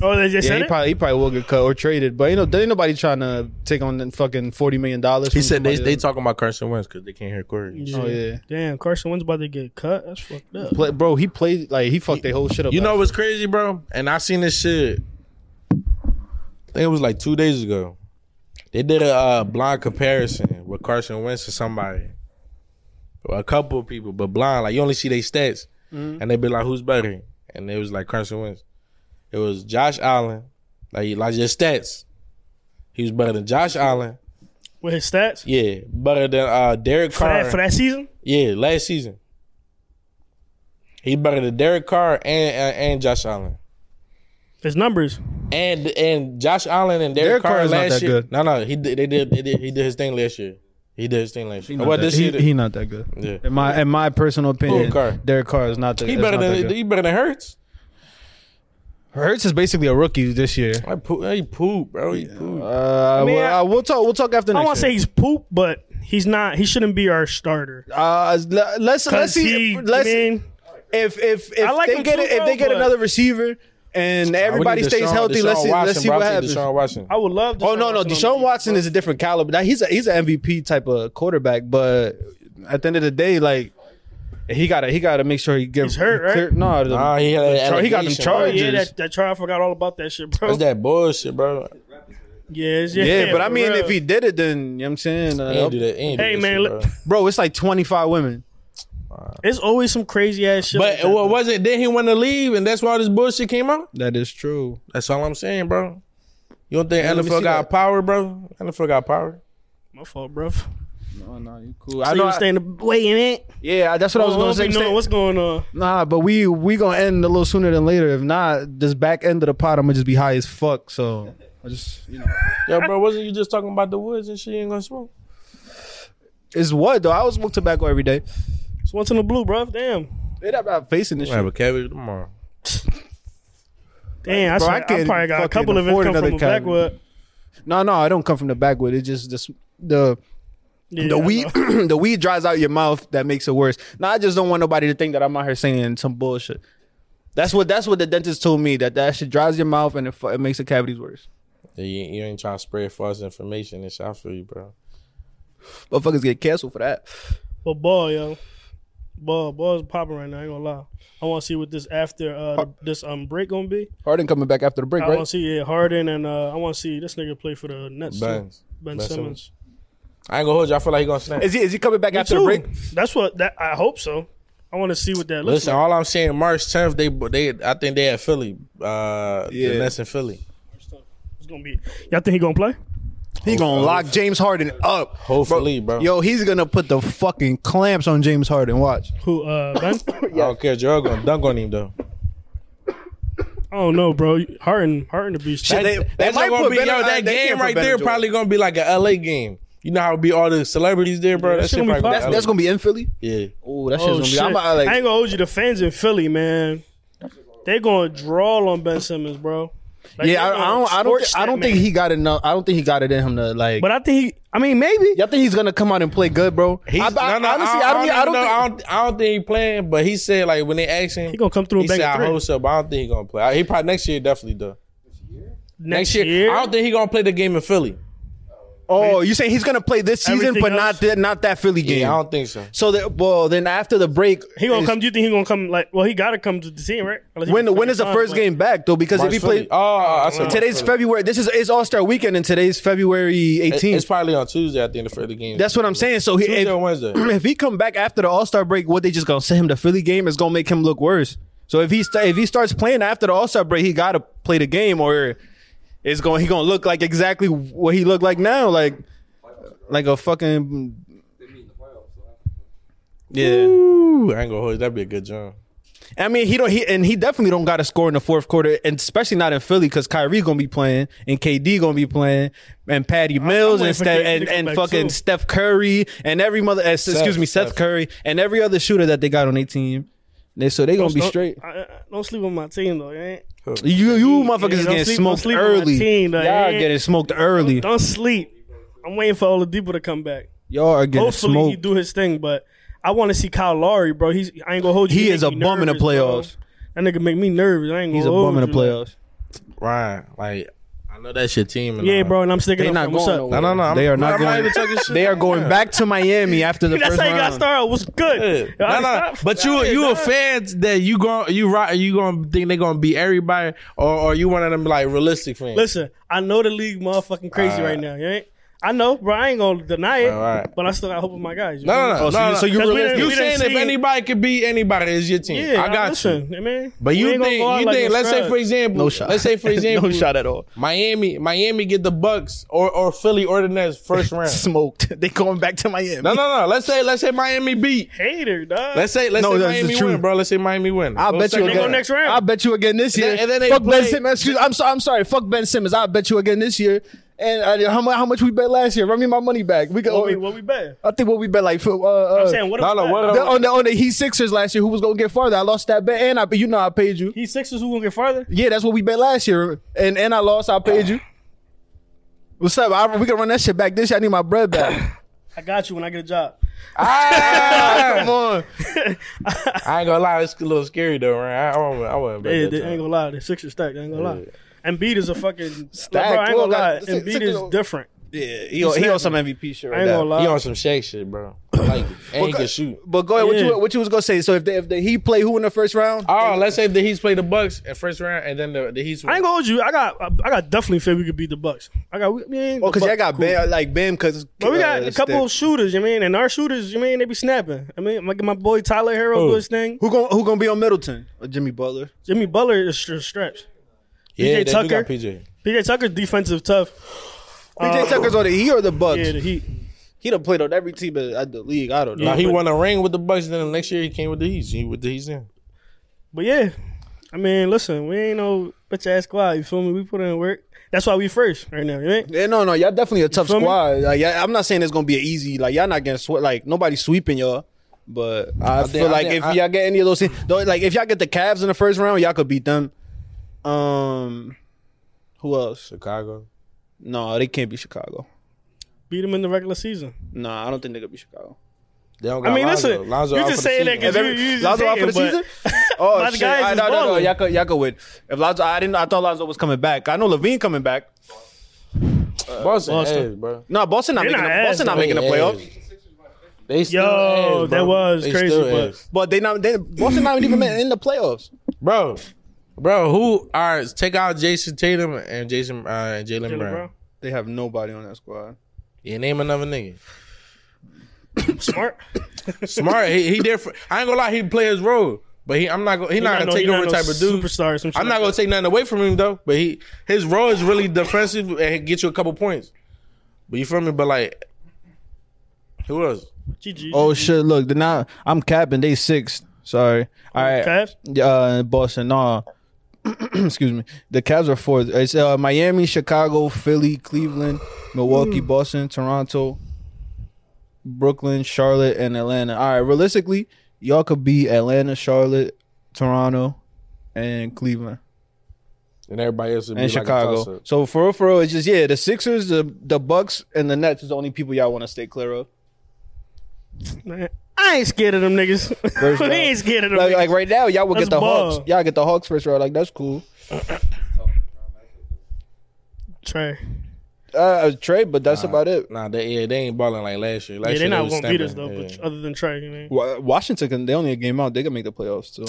Speaker 4: Oh, they just
Speaker 3: Yeah,
Speaker 4: said
Speaker 3: he
Speaker 4: it.
Speaker 3: probably he probably will get cut or traded, but you know, there ain't nobody trying to take on the fucking forty million dollars.
Speaker 5: He said they they talking about Carson Wentz because they can't hear Corey.
Speaker 3: Oh yeah,
Speaker 4: Damn, Carson Wentz about to get cut. That's fucked up.
Speaker 3: Play, bro, he played like he fucked their whole shit up.
Speaker 5: You
Speaker 3: last
Speaker 5: know what's crazy, bro? And I seen this shit. I think it was like two days ago. They did a uh, blind comparison with Carson Wentz to somebody, or a couple of people, but blind. Like you only see their stats, and they be like, "Who's better?" And it was like Carson Wentz. It was Josh Allen. Like like your stats, he was better than Josh Allen.
Speaker 4: With his stats
Speaker 5: Yeah, better than uh, Derek
Speaker 4: for
Speaker 5: Carr.
Speaker 4: that, for that season.
Speaker 5: Yeah, last season. He better than Derek Carr and and, and Josh Allen.
Speaker 4: His numbers.
Speaker 5: And and Josh Allen and Derek,
Speaker 3: Derek
Speaker 5: Carr,
Speaker 3: Carr is not
Speaker 5: last
Speaker 3: that
Speaker 5: year.
Speaker 3: good.
Speaker 5: No, no, he did, they did, they did he did his thing last year. He did his thing last year.
Speaker 3: He not,
Speaker 5: Well,
Speaker 3: that,
Speaker 5: this
Speaker 3: he,
Speaker 5: year the-
Speaker 3: he not that good.
Speaker 5: Yeah.
Speaker 3: In my in my personal opinion,
Speaker 5: Derek Carr.
Speaker 3: Derek Carr is not the.
Speaker 5: he
Speaker 3: is
Speaker 5: better
Speaker 3: not that
Speaker 5: than
Speaker 3: good.
Speaker 5: he better than Hurts.
Speaker 3: Hurts is basically a rookie this year.
Speaker 5: I poop, he poop, bro. He poop.
Speaker 3: Uh,
Speaker 4: mean,
Speaker 3: well,
Speaker 4: I-
Speaker 3: uh, we'll talk. We'll talk after
Speaker 4: I don't
Speaker 3: next.
Speaker 4: want to say
Speaker 3: year.
Speaker 4: he's poop, but he's not. He shouldn't be our starter.
Speaker 3: Uh, le- let's let's
Speaker 4: Cause
Speaker 3: see.
Speaker 4: he,
Speaker 3: let's
Speaker 4: man,
Speaker 3: if if if
Speaker 4: I like
Speaker 3: they
Speaker 4: him
Speaker 3: get
Speaker 4: too,
Speaker 3: it, if
Speaker 4: bro,
Speaker 3: they get
Speaker 4: but-
Speaker 3: another receiver and everybody
Speaker 5: We need
Speaker 3: stays
Speaker 5: Deshaun-
Speaker 3: healthy,
Speaker 5: Deshaun
Speaker 3: let's see
Speaker 5: Watson,
Speaker 3: let's see
Speaker 5: bro.
Speaker 3: what
Speaker 5: I
Speaker 3: happens.
Speaker 5: take Deshaun Watson.
Speaker 4: I would love.
Speaker 3: Oh no, no, Deshaun Watson is a different caliber. Now he's a he's an MVP type of quarterback, but at the end of the day, like he gotta he gotta make sure he gets
Speaker 4: He's hurt, right?
Speaker 3: No, the-
Speaker 5: Nah, he had an
Speaker 3: Char- he got them
Speaker 5: allegation,
Speaker 4: Oh
Speaker 5: bro.
Speaker 3: charges.
Speaker 4: yeah, that, that trial. I forgot all about that shit, bro.
Speaker 5: That's that bullshit, bro.
Speaker 4: yeah, it's- yeah,
Speaker 3: yeah, but I
Speaker 4: for
Speaker 3: mean,
Speaker 4: real.
Speaker 3: if he did it, then you know what I'm saying,
Speaker 5: He ain't
Speaker 3: uh,
Speaker 5: do that. He ain't
Speaker 4: Hey,
Speaker 5: do that
Speaker 4: man,
Speaker 5: shit,
Speaker 4: look-
Speaker 5: bro.
Speaker 3: bro, it's like 25 women.
Speaker 4: it's always some crazy ass shit. like
Speaker 5: But
Speaker 4: that,
Speaker 5: what was it? Then he want to leave, and that's why all this bullshit came out.
Speaker 3: That is true.
Speaker 5: That's all I'm saying, bro. You don't think
Speaker 3: Yeah, let me
Speaker 5: NFL
Speaker 3: see
Speaker 5: got
Speaker 3: that.
Speaker 5: power, bro? NFL got power.
Speaker 4: My fault, bruv.
Speaker 3: No, no, you cool.
Speaker 4: So
Speaker 3: I
Speaker 4: you
Speaker 3: know.
Speaker 4: were
Speaker 3: I,
Speaker 4: staying the wait a minute.
Speaker 3: yeah, that's what I was
Speaker 4: Well,
Speaker 3: gonna
Speaker 4: we'll
Speaker 3: say.
Speaker 4: be knowing
Speaker 3: Stay-
Speaker 4: what's going on?
Speaker 3: Nah, but we we gonna end a little sooner than later. If not, this back end of the pot, I'm gonna just be high as fuck. So I just you know,
Speaker 5: Yo, bro, wasn't you just talking about the woods and she ain't gonna smoke?
Speaker 3: it's what though. I always smoke tobacco every day.
Speaker 4: It's once in the blue, bruv. Damn,
Speaker 3: It about facing this
Speaker 5: I have
Speaker 3: shit.
Speaker 5: a cabbage tomorrow.
Speaker 4: damn.
Speaker 3: Bro, I
Speaker 4: I, swear, I,
Speaker 3: can't
Speaker 4: probably got a
Speaker 3: fucking
Speaker 4: couple of it
Speaker 3: afford
Speaker 4: come from
Speaker 3: another
Speaker 4: a
Speaker 3: cab.
Speaker 4: backwood.
Speaker 3: No, no, I don't come from the backwood. It's just this the
Speaker 4: Yeah,
Speaker 3: the
Speaker 4: I
Speaker 3: weed
Speaker 4: know.
Speaker 3: the weed dries out your mouth that makes it worse. Now I just don't want nobody to think that I'm out here saying some bullshit. That's what that's what the dentist told me that that shit dries your mouth and it, fu- it makes the cavities worse.
Speaker 5: You, you ain't trying to spread false information and shit. I feel you, bro.
Speaker 3: Motherfuckers get canceled for that.
Speaker 4: But ball, yo, ball, ball is popping right now. I ain't gonna lie. I want to see what this after uh, this um break gonna be.
Speaker 3: Harden coming back after the break,
Speaker 4: I
Speaker 3: right?
Speaker 4: want to see yeah, Harden and uh, I want to see this nigga play for the Nets. too.
Speaker 5: Ben,
Speaker 4: Ben,
Speaker 5: Ben
Speaker 4: Simmons.
Speaker 5: I ain't gonna hold you. I feel like he gonna snap.
Speaker 3: Is he is he coming back
Speaker 4: Me
Speaker 3: after
Speaker 4: too.
Speaker 3: the break?
Speaker 4: That's what that I hope so. I want to see what that looks
Speaker 5: Listen,
Speaker 4: like.
Speaker 5: all I'm saying, March 10th, they they I think they at Philly. Uh,
Speaker 3: Yeah.
Speaker 5: the Nets in Philly.
Speaker 4: It's gonna be. Y'all think he gonna play?
Speaker 3: He gonna lock James Harden up.
Speaker 5: Hopefully, bro.
Speaker 3: Yo, he's gonna put the fucking clamps on James Harden. Watch.
Speaker 4: Who? Uh, Ben?
Speaker 5: I don't care. Gerald gonna dunk on him though.
Speaker 4: I don't know, bro. Harden, Harden to be.
Speaker 3: Shit, they-
Speaker 5: That's
Speaker 3: might
Speaker 5: not gonna
Speaker 3: put
Speaker 5: be
Speaker 3: Ben-
Speaker 5: yo.
Speaker 3: they
Speaker 5: That
Speaker 3: can't
Speaker 5: game
Speaker 3: put
Speaker 5: right
Speaker 3: Ben
Speaker 5: there
Speaker 3: Jordan.
Speaker 5: probably gonna be like an LA game. You know how it be all the celebrities there, bro.
Speaker 4: Yeah,
Speaker 5: that
Speaker 4: it's
Speaker 5: shit
Speaker 4: gonna be
Speaker 5: probably be
Speaker 4: poppin'.
Speaker 5: LA.
Speaker 3: That's gonna be in Philly.
Speaker 5: yeah.
Speaker 3: Oh, that shit's
Speaker 4: Oh,
Speaker 3: gonna
Speaker 4: shit.
Speaker 3: be. I'm out, like,
Speaker 4: I ain't gonna hold you. The fans in Philly, man, they gonna draw on Ben Simmons, bro. Like,
Speaker 3: yeah, I,
Speaker 4: they gonna
Speaker 3: I don't. I don't.
Speaker 4: torch
Speaker 3: thi- I
Speaker 4: that
Speaker 3: don't
Speaker 4: man.
Speaker 3: think he got enough. I don't think he got it in him to like.
Speaker 4: But I think. He, I mean, maybe.
Speaker 3: y'all think he's gonna come out and play good, bro?
Speaker 5: He's,
Speaker 3: I, I,
Speaker 5: no, no,
Speaker 3: honestly, I, don't. e-
Speaker 5: even
Speaker 3: I don't.
Speaker 5: know.
Speaker 3: think,
Speaker 5: I, don't, I don't think he playing, but he said like when they asked him,
Speaker 4: He gonna come through
Speaker 5: He
Speaker 4: and bang
Speaker 5: said
Speaker 4: a
Speaker 5: I
Speaker 4: three.
Speaker 5: hope so, but I don't think he gonna play. He probably next year definitely though.
Speaker 4: next year.
Speaker 5: I don't think he gonna play the game in Philly.
Speaker 3: oh, you saying he's gonna play this season,
Speaker 4: Everything
Speaker 3: but
Speaker 4: else?
Speaker 3: not that not that Philly game.
Speaker 5: Yeah, I don't think so.
Speaker 3: so that well, then after the break,
Speaker 4: he gonna
Speaker 3: is-
Speaker 4: come. Do you think he gonna come? Like, well, he gotta come to the team, right? Unless he
Speaker 3: When
Speaker 4: can
Speaker 3: when
Speaker 4: play
Speaker 3: is the
Speaker 4: time,
Speaker 3: first
Speaker 4: but-
Speaker 3: game back though? Because if
Speaker 5: March
Speaker 3: he played
Speaker 5: Philly. oh, I said
Speaker 3: today's
Speaker 5: March Philly.
Speaker 3: February, this is it's All Star Weekend, and today's February
Speaker 5: It's
Speaker 3: 18th.
Speaker 5: probably on Tuesday. I think the Philly game.
Speaker 3: That's what I'm saying. So he,
Speaker 5: Tuesday
Speaker 3: if,
Speaker 5: or Wednesday.
Speaker 3: if he come back after the All Star break, what they just gonna send him to Philly game is gonna make him look worse. So if he sta if he starts playing after the All Star break, he gotta play the game, or it's going he gonna look like exactly what he looked like now, like like a fucking
Speaker 1: They meet in the playoffs, so I
Speaker 3: yeah.
Speaker 5: Ooh, I ain't gonna hold you. That'd be a good job.
Speaker 3: I mean, he don't he and he definitely don't got to score in the fourth quarter, and especially not in Philly because Kyrie gonna be playing and KD gonna be playing and Patty Mills
Speaker 4: waiting
Speaker 3: and
Speaker 4: for
Speaker 3: Steph,
Speaker 4: KD to
Speaker 3: and,
Speaker 4: come
Speaker 3: and
Speaker 4: back,
Speaker 3: fucking
Speaker 4: too.
Speaker 3: Steph Curry and every mother uh, s- excuse me Seth
Speaker 5: Steph.
Speaker 3: Curry and every other shooter that they got on their team. They, so they gonna be
Speaker 4: Don't-
Speaker 3: straight.
Speaker 4: I, I, don't sleep on my team though. eh?
Speaker 3: You you
Speaker 4: Yeah,
Speaker 3: motherfuckers is
Speaker 4: don't
Speaker 3: getting
Speaker 4: sleep- don't
Speaker 3: smoked
Speaker 4: sleep on my
Speaker 3: early.
Speaker 4: team, though,
Speaker 3: Y'all
Speaker 4: eh?
Speaker 3: getting smoked early.
Speaker 4: Don't sleep. I'm waiting for Oladipo to come back.
Speaker 3: Y'all are getting
Speaker 4: Hopefully he
Speaker 3: smoked.
Speaker 4: do his thing, but I want to see Kyle Lowry, bro. He's I ain't gonna hold you.
Speaker 3: He
Speaker 4: make
Speaker 3: is a
Speaker 4: me
Speaker 3: bum in the
Speaker 4: nervous, bro.
Speaker 3: playoffs.
Speaker 4: That nigga make me nervous. I ain't gonna
Speaker 3: He's a
Speaker 4: hold
Speaker 3: bum in the
Speaker 4: you, like-
Speaker 3: playoffs.
Speaker 5: Ryan, like I know that's your team. And
Speaker 4: Yeah,
Speaker 5: all.
Speaker 4: bro, and I'm sticking
Speaker 3: They
Speaker 4: up.
Speaker 3: not
Speaker 4: for him. What's
Speaker 3: going
Speaker 4: up?
Speaker 5: No, no, no. I'm-
Speaker 3: They are
Speaker 5: no,
Speaker 3: not
Speaker 5: I'm not
Speaker 3: going-
Speaker 5: even talking shit.
Speaker 3: They are going
Speaker 5: Yeah.
Speaker 3: back to Miami after the
Speaker 4: That's
Speaker 3: first
Speaker 4: how you got
Speaker 3: round.
Speaker 4: started. What's
Speaker 5: Yeah.
Speaker 4: good? Yo, I
Speaker 5: No, no.
Speaker 4: stopped.
Speaker 5: But you, you a fan that you going you right? You gonna think they gonna beat everybody, or or you one of them like realistic fans?
Speaker 4: Listen, I know the league motherfucking crazy right now. You ain't? I know, bro. I ain't gonna deny it,
Speaker 5: All right.
Speaker 4: but I still got hope in my guys. you
Speaker 5: No, no,
Speaker 4: feel me?
Speaker 5: no.
Speaker 3: Oh, so
Speaker 5: no,
Speaker 3: you-
Speaker 5: no.
Speaker 3: so you
Speaker 5: 'Cause we didn't-
Speaker 4: realistic.
Speaker 5: You
Speaker 4: we didn't
Speaker 5: saying if
Speaker 4: see-
Speaker 5: anybody could beat anybody, it's your team.
Speaker 4: Yeah,
Speaker 5: I got you.
Speaker 4: listen, you. Man,
Speaker 5: But
Speaker 4: we
Speaker 5: you
Speaker 4: ain't gonna
Speaker 5: think
Speaker 4: go out
Speaker 5: you
Speaker 4: like
Speaker 5: think?
Speaker 4: a
Speaker 5: Let's say
Speaker 4: scrub.
Speaker 5: for example,
Speaker 3: No shot.
Speaker 5: let's say for example,
Speaker 3: no shot at all.
Speaker 5: Miami, Miami get the Bucks or or Philly or the Nets first round.
Speaker 3: Smoked. They going back to Miami.
Speaker 5: no, no, no. Let's say let's say Miami beat.
Speaker 4: hater, dog.
Speaker 5: Let's say let's
Speaker 3: No,
Speaker 5: say
Speaker 3: that's the
Speaker 5: Miami
Speaker 3: truth.
Speaker 5: win, bro. Let's say Miami win.
Speaker 3: I
Speaker 5: Go
Speaker 3: bet you
Speaker 5: second
Speaker 4: they go
Speaker 3: again.
Speaker 5: round.
Speaker 4: next round.
Speaker 3: I bet you again this
Speaker 5: And
Speaker 3: year.
Speaker 5: then- and then they
Speaker 3: Fuck Ben
Speaker 5: play-
Speaker 3: Simmons. Excuse, I'm sorry. I'm sorry. Fuck Ben Simmons. I bet you again this year. And uh, how, mu- how much we bet last year? Run me my money back. We
Speaker 4: what we
Speaker 3: go.
Speaker 4: what we bet?
Speaker 3: I think what we bet like for, uh, uh,
Speaker 4: I'm saying what?
Speaker 5: No,
Speaker 4: if
Speaker 5: no,
Speaker 4: we
Speaker 5: what
Speaker 4: bet?
Speaker 5: up?
Speaker 3: the- on the on the Heat Sixers last year. Who was gonna get farther? I lost that bet, and I you know I paid you.
Speaker 4: He Sixers who gonna get farther?
Speaker 3: Yeah, that's what we bet last year, and and I lost. I paid you. What's up? I, we can run that shit back this year. I need my bread back.
Speaker 4: I got you when I get a job.
Speaker 5: Ah,
Speaker 3: Come on.
Speaker 5: I ain't gonna lie, it's a little scary though, right? I, I wouldn't, I wouldn't bet
Speaker 4: Yeah,
Speaker 5: that
Speaker 4: they,
Speaker 5: time.
Speaker 4: ain't gonna lie, the Sixers stacked. I ain't gonna lie.
Speaker 5: Yeah.
Speaker 4: Embiid is a fucking
Speaker 3: Stacked.
Speaker 4: Bro, I ain't
Speaker 3: Well,
Speaker 4: gonna lie.
Speaker 3: that- Six-
Speaker 4: Embiid
Speaker 3: Sixers-
Speaker 4: is different.
Speaker 3: Yeah, he, on- he on some MVP shit
Speaker 4: I ain't gonna
Speaker 5: He
Speaker 4: lie.
Speaker 5: on some shake shit, bro. Like, and he can shoot.
Speaker 3: But go ahead. What
Speaker 4: Yeah.
Speaker 3: you what you was gonna say? So if the, if the Heat play who in the first round?
Speaker 5: Oh, let's say the Heat play the Bucks in first round, and then the, the Heat.
Speaker 4: I ain't gonna hold you. I got I got definitely faith we could beat the Bucks. I got we, I mean,
Speaker 3: Oh, because
Speaker 4: the
Speaker 3: y'all
Speaker 4: Bucks
Speaker 3: got
Speaker 4: cool.
Speaker 3: Bam, like Bam, uh, because
Speaker 4: But we got a couple of shooters, you mean, and our shooters, you mean, they be snapping. I mean, my, my boy Tyler Hero
Speaker 5: Who?
Speaker 4: do his thing.
Speaker 3: Who gonna who gonna be on Middleton? Or Jimmy Butler?
Speaker 4: Jimmy Butler is just straps.
Speaker 5: yeah,
Speaker 4: PJ
Speaker 5: they do
Speaker 4: Tucker.
Speaker 5: got PJ.
Speaker 4: PJ Tucker's defensive tough.
Speaker 3: PJ
Speaker 4: Uh,
Speaker 3: Tucker's on the Heat or the Bucks?
Speaker 4: Yeah, the Heat.
Speaker 3: He done played on every team at at the league. I don't know.
Speaker 5: Now he
Speaker 3: but-
Speaker 5: won a ring with the Bucks. Then the next year he came with the Heat. He with the Heat in.
Speaker 4: But yeah, I mean, listen, we ain't no bitch ass squad. You feel me? We put in work. That's why we first right now. You ain't?
Speaker 3: Yeah, no, no, y'all definitely a tough
Speaker 4: feel me?
Speaker 3: squad. Like, y'all- I'm not saying it's gonna be an easy. Like y'all not getting swept. Like nobody sweeping y'all. But I,
Speaker 5: I
Speaker 3: feel
Speaker 5: think- I
Speaker 3: like
Speaker 5: think-
Speaker 3: if
Speaker 5: I-
Speaker 3: y'all get any of those, things, though, like if y'all get the Cavs in the first round, y'all could beat them. Um, who else?
Speaker 5: Chicago.
Speaker 3: No, they can't be Chicago.
Speaker 4: Beat them in the regular season.
Speaker 3: No, I don't think they could be Chicago.
Speaker 5: They don't
Speaker 4: I
Speaker 5: got
Speaker 4: mean,
Speaker 5: Lonzo.
Speaker 4: listen,
Speaker 5: Lonzo
Speaker 4: you
Speaker 5: out
Speaker 4: just
Speaker 5: for the
Speaker 4: saying that
Speaker 5: season.
Speaker 4: 'cause you- you just
Speaker 3: Lonzo out for
Speaker 4: hating,
Speaker 3: the
Speaker 4: but-
Speaker 3: season? Oh
Speaker 4: My
Speaker 3: shit!
Speaker 4: guys
Speaker 3: I,
Speaker 4: is
Speaker 3: no, no, no,
Speaker 4: balling.
Speaker 3: y'all could, y'all could win. If Lonzo, I didn't. I thought Lonzo was coming back. I know Levine coming back.
Speaker 5: Boston,
Speaker 4: Boston.
Speaker 5: ass, bro.
Speaker 3: No, Boston not
Speaker 4: They
Speaker 3: making.
Speaker 4: not
Speaker 3: the,
Speaker 4: ass,
Speaker 3: Boston not
Speaker 4: though.
Speaker 3: making the
Speaker 5: They
Speaker 3: playoffs.
Speaker 5: ass. They still
Speaker 4: Yo,
Speaker 5: ass,
Speaker 4: that
Speaker 5: bro.
Speaker 4: was
Speaker 5: They
Speaker 4: crazy,
Speaker 5: still
Speaker 4: but-
Speaker 5: ass.
Speaker 3: But they not. They, Boston not even in the playoffs.
Speaker 5: bro, bro, who? All right, take out Jason Tatum and Jason uh, and Jalen Brown.
Speaker 4: Brown.
Speaker 3: They have nobody on that squad.
Speaker 5: Yeah, name another nigga.
Speaker 4: Smart.
Speaker 5: Smart, he, he there for. I ain't gonna lie, he play his role, but he, I'm not gonna. He, not,
Speaker 4: no-
Speaker 5: gonna take
Speaker 4: he not
Speaker 5: over
Speaker 4: no
Speaker 5: type of dude.
Speaker 4: Superstar. or some shit
Speaker 5: I'm not
Speaker 4: like
Speaker 5: gonna take nothing away from him though. But he his role is really defensive and he get you a couple points. But you feel me? But like, who else?
Speaker 4: that. GG.
Speaker 3: Oh shit! Look, they're not. I'm capping. They sixth. Sorry. All right.
Speaker 4: Cavs.
Speaker 3: Uh, Boston. No. Excuse me. The Cavs are fourth. It's uh, Miami, Chicago, Philly, Cleveland, Milwaukee, Boston, Toronto, Brooklyn, Charlotte, and Atlanta. All right. Realistically, y'all could be Atlanta, Charlotte, Toronto, and Cleveland
Speaker 5: And everybody else would
Speaker 3: and
Speaker 5: be like a
Speaker 3: Chicago.
Speaker 5: toss-up.
Speaker 3: so for real, for real, it's just yeah. The Sixers, the the Bucks, and the Nets is the only people y'all want to stay clear of.
Speaker 4: Man, I ain't scared of them niggas. we
Speaker 3: round.
Speaker 4: ain't scared of them.
Speaker 3: Like,
Speaker 4: niggas.
Speaker 3: like right now, y'all will
Speaker 4: That's
Speaker 3: get the
Speaker 4: ball.
Speaker 3: Hawks. Y'all get the Hawks first round. Like that's cool.
Speaker 4: Trey.
Speaker 3: Uh, Trey, but that's about it.
Speaker 5: Nah, they yeah, they ain't balling like last year. Last
Speaker 4: Yeah,
Speaker 5: year
Speaker 4: they're not
Speaker 5: was
Speaker 4: gonna beat us though.
Speaker 5: stamping.
Speaker 4: But other than Trey, you know.
Speaker 3: Wa- Washington, can, they only a game out. They can make the playoffs too.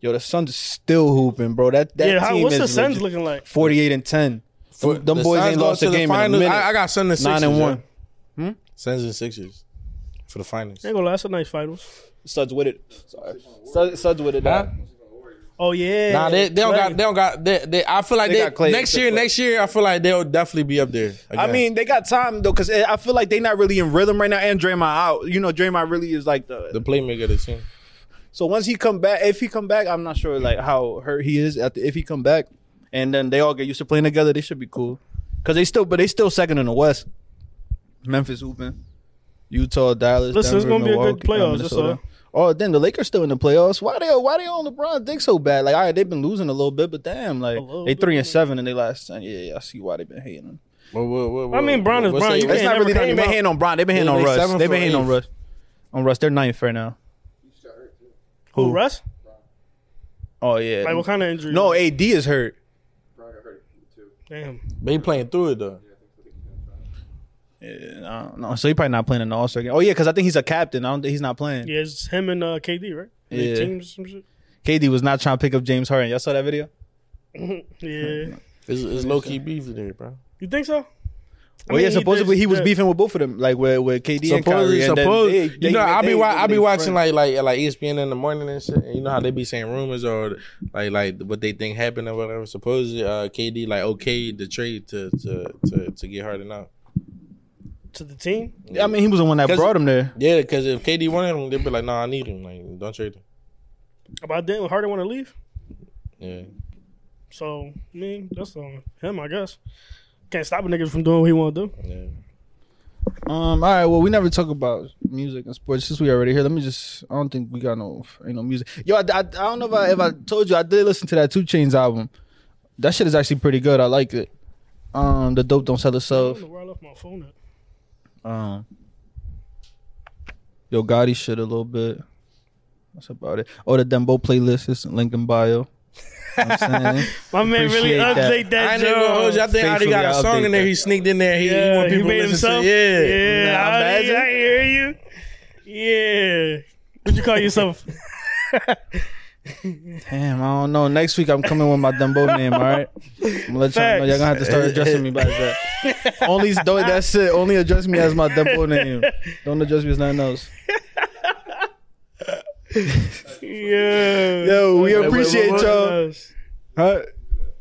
Speaker 3: Yo, the Suns is still hooping, bro. That that
Speaker 4: yeah, how,
Speaker 3: team
Speaker 4: what's
Speaker 3: is
Speaker 4: the Suns
Speaker 3: legit.
Speaker 4: looking like?
Speaker 3: forty-eight and ten.
Speaker 5: For-
Speaker 3: them
Speaker 5: the
Speaker 3: boys
Speaker 5: Suns
Speaker 3: ain't
Speaker 5: go
Speaker 3: lost
Speaker 5: to
Speaker 3: a
Speaker 5: the
Speaker 3: game in a
Speaker 5: finals.
Speaker 3: minute.
Speaker 5: I, I got Suns and
Speaker 3: Nine
Speaker 5: Sixers,
Speaker 3: and one.
Speaker 5: yo. Suns and Sixers for the finals.
Speaker 4: Ain't gonna lie, that's a nice finals.
Speaker 3: Suds with it. Sorry. Suds, Suds with it.
Speaker 5: Huh?
Speaker 3: dog.
Speaker 4: Oh yeah.
Speaker 5: Nah, they, they don't
Speaker 4: Clay.
Speaker 5: got they don't got they, they I feel like
Speaker 3: They
Speaker 5: they,
Speaker 3: got Clay.
Speaker 5: next year next year I feel like they'll definitely be up there.
Speaker 3: I
Speaker 5: again.
Speaker 3: mean, they got time though, because I feel like they not really in rhythm right now. And Draymond out. You know, Draymond really is like the
Speaker 5: the playmaker of the team.
Speaker 3: So once he come back, if he come back, I'm not sure like how hurt he is. After, if he come back, and then they all get used to playing together, they should be cool. Cause they still, but they still second in the West. Memphis hooping, Utah, Dallas.
Speaker 4: Listen, it's
Speaker 3: Denver,
Speaker 4: gonna be a good
Speaker 3: Milwaukee, uh,
Speaker 4: playoffs, that's
Speaker 3: Minnesota. Oh, then the Lakers still in the playoffs. Why they why they on LeBron dick so bad? Like, all right, they've been losing a little bit, but damn, like
Speaker 4: little
Speaker 3: they
Speaker 4: bit.
Speaker 3: three and seven in their last ten. Yeah, yeah, I see why they've been hating.
Speaker 5: Well, well, well,
Speaker 4: I mean, Bron is Bron. You
Speaker 3: It's
Speaker 4: can't
Speaker 3: not
Speaker 4: never
Speaker 3: really
Speaker 4: count
Speaker 3: they've
Speaker 4: him
Speaker 3: been
Speaker 4: out.
Speaker 3: hating on Bron. They've been hating
Speaker 5: Yeah,
Speaker 3: on
Speaker 5: they
Speaker 3: Russ.
Speaker 5: seven
Speaker 3: They've been
Speaker 5: for
Speaker 3: hating on
Speaker 5: eight.
Speaker 3: Russ. On Russ, they're ninth right now.
Speaker 4: Who Russ?
Speaker 3: Oh yeah.
Speaker 4: Like what kind of injury?
Speaker 3: no, AD is hurt.
Speaker 4: Damn.
Speaker 5: But he playing through it though.
Speaker 3: Yeah, I don't know. So he probably not playing in the All Star game. Oh yeah, because I think he's a captain. I don't think he's not playing.
Speaker 4: Yeah, it's him and uh, KD, right? Their
Speaker 3: Yeah.
Speaker 4: Teams, some shit.
Speaker 3: KD was not trying to pick up James Harden. Y'all saw that video? Oh,
Speaker 4: Yeah.
Speaker 5: It's, it's low key beef there, bro.
Speaker 4: You think so?
Speaker 3: Oh yeah,
Speaker 4: mean, he
Speaker 3: supposedly
Speaker 4: just-
Speaker 3: he was
Speaker 4: yeah.
Speaker 3: beefing with both of them, like with, with KD and Kyrie.
Speaker 5: Suppose,
Speaker 3: And then
Speaker 5: suppose
Speaker 3: they- they-
Speaker 5: you know, I
Speaker 3: they-
Speaker 5: be wa- I
Speaker 3: they
Speaker 5: be watching like
Speaker 3: friends.
Speaker 5: like E like ESPN in the morning and shit. And you know how they be saying rumors or like like what they think happened or whatever. Suppose uh, KD like okay the trade to to to, to get Harden out.
Speaker 4: To the team?
Speaker 3: I mean, he was the one that
Speaker 5: 'Cause-
Speaker 3: brought him there.
Speaker 5: Yeah, because if KD wanted him, they'd be like, nah, I need him. Like, don't trade him.
Speaker 4: About then, Harden want to leave.
Speaker 5: Yeah.
Speaker 4: So, I mean, that's on him, I guess. Can't stop a nigga from doing what he want to do.
Speaker 5: Yeah.
Speaker 3: Um. All right. Well, we never talk about music and sports since we already here. Let me just. I don't think we got no ain't no music. Yo, I, I, I don't know if I, if I told you I did listen to that Two Chains album. That shit is actually pretty good. I like it. Um. The dope don't sell
Speaker 4: I
Speaker 3: itself.
Speaker 4: don't know where I left my phone at.
Speaker 3: Um, Yo Gotti shit a little bit. That's about it. Oh, the Dembo playlist is linked in bio. You know what I'm saying?
Speaker 4: My man really
Speaker 3: Appreciate that.
Speaker 4: update
Speaker 5: I
Speaker 4: that,
Speaker 5: ain't even gonna hold you. I
Speaker 4: joint.
Speaker 5: think I already got a
Speaker 3: Faithfully
Speaker 5: song in there.
Speaker 3: outdated.
Speaker 5: He sneaked in there. He, he
Speaker 4: Yeah,
Speaker 5: want
Speaker 4: he,
Speaker 5: people
Speaker 4: made
Speaker 5: to listen
Speaker 4: himself.
Speaker 5: to. Yeah.
Speaker 4: yeah.
Speaker 3: Nah,
Speaker 4: I,
Speaker 3: imagine.
Speaker 4: I hear you. Yeah. What you call yourself?
Speaker 3: Damn, I don't know. Next week I'm coming with my Dembo name. All right, I'm gonna let y'all know. Y'all gonna have to start addressing me by that. Only don't, that's it. Only address me as my Dembo name. Don't address me as nothing else.
Speaker 4: yeah.
Speaker 3: Yo, we
Speaker 4: Wait, wait,
Speaker 3: appreciate
Speaker 4: what
Speaker 3: y'all.
Speaker 4: was-
Speaker 3: Huh?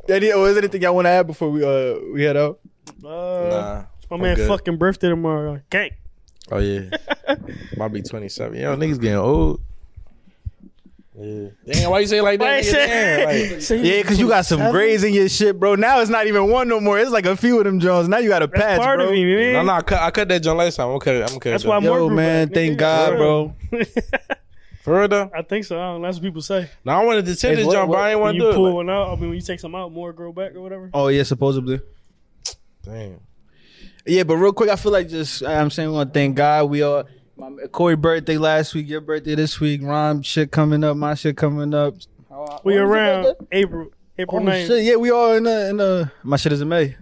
Speaker 3: Any, or is there anything y'all want to add before we uh we head out?
Speaker 4: Uh,
Speaker 5: Nah.
Speaker 4: My
Speaker 5: I'm
Speaker 4: man
Speaker 5: good.
Speaker 4: fucking birthday tomorrow. Gang.
Speaker 5: Oh yeah, might be twenty seven. Yo, niggas getting old. Yeah. Damn, why you say it like that?
Speaker 4: Wait,
Speaker 5: nigga? Damn, like,
Speaker 4: so you-
Speaker 3: Yeah, cause you got some grades in your shit, bro. Now it's not even one no more. It's like a few of them Jones. Now you got a
Speaker 4: That's
Speaker 3: patch,
Speaker 4: part
Speaker 3: bro.
Speaker 4: of me, man.
Speaker 5: no, no, I cut, I cut that joint last time. I'm gonna cut it. I'm gonna cut
Speaker 4: That's
Speaker 5: it.
Speaker 4: why I'm-
Speaker 5: though.
Speaker 4: More
Speaker 3: Yo,
Speaker 4: group,
Speaker 3: man,
Speaker 4: like,
Speaker 3: thank
Speaker 4: nigga,
Speaker 3: God,
Speaker 4: for
Speaker 3: bro.
Speaker 5: for real though.
Speaker 4: I think so. I don't know. That's what people say.
Speaker 5: Now I wanted to tend
Speaker 3: Hey,
Speaker 5: this
Speaker 3: what-
Speaker 5: joint, but I ain't
Speaker 4: When
Speaker 5: want to
Speaker 4: you
Speaker 5: do it.
Speaker 4: pull
Speaker 5: Like,
Speaker 4: one out, I mean, when you take some out, more grow back or whatever.
Speaker 3: Oh yeah, supposedly.
Speaker 5: damn.
Speaker 3: Yeah, but real quick, I feel like just I'm saying we want to thank God. We all my Corey birthday last week, your birthday this week, Ron shit coming up, my shit coming up.
Speaker 4: We
Speaker 3: When was your
Speaker 4: around
Speaker 3: birthday?
Speaker 4: April, April
Speaker 3: Oh
Speaker 4: 9th.
Speaker 3: shit, yeah, we all in the in the my shit is in May.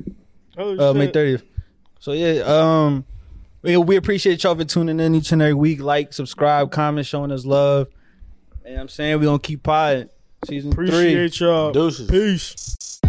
Speaker 4: Oh,
Speaker 3: Uh May
Speaker 4: shit.
Speaker 3: thirtieth. So yeah, um we, we appreciate y'all for tuning in each and every week. Like, subscribe, comment, showing us love. And I'm saying we're gonna keep potting. Season three.
Speaker 4: Appreciate y'all.
Speaker 5: Deuces.
Speaker 4: Peace.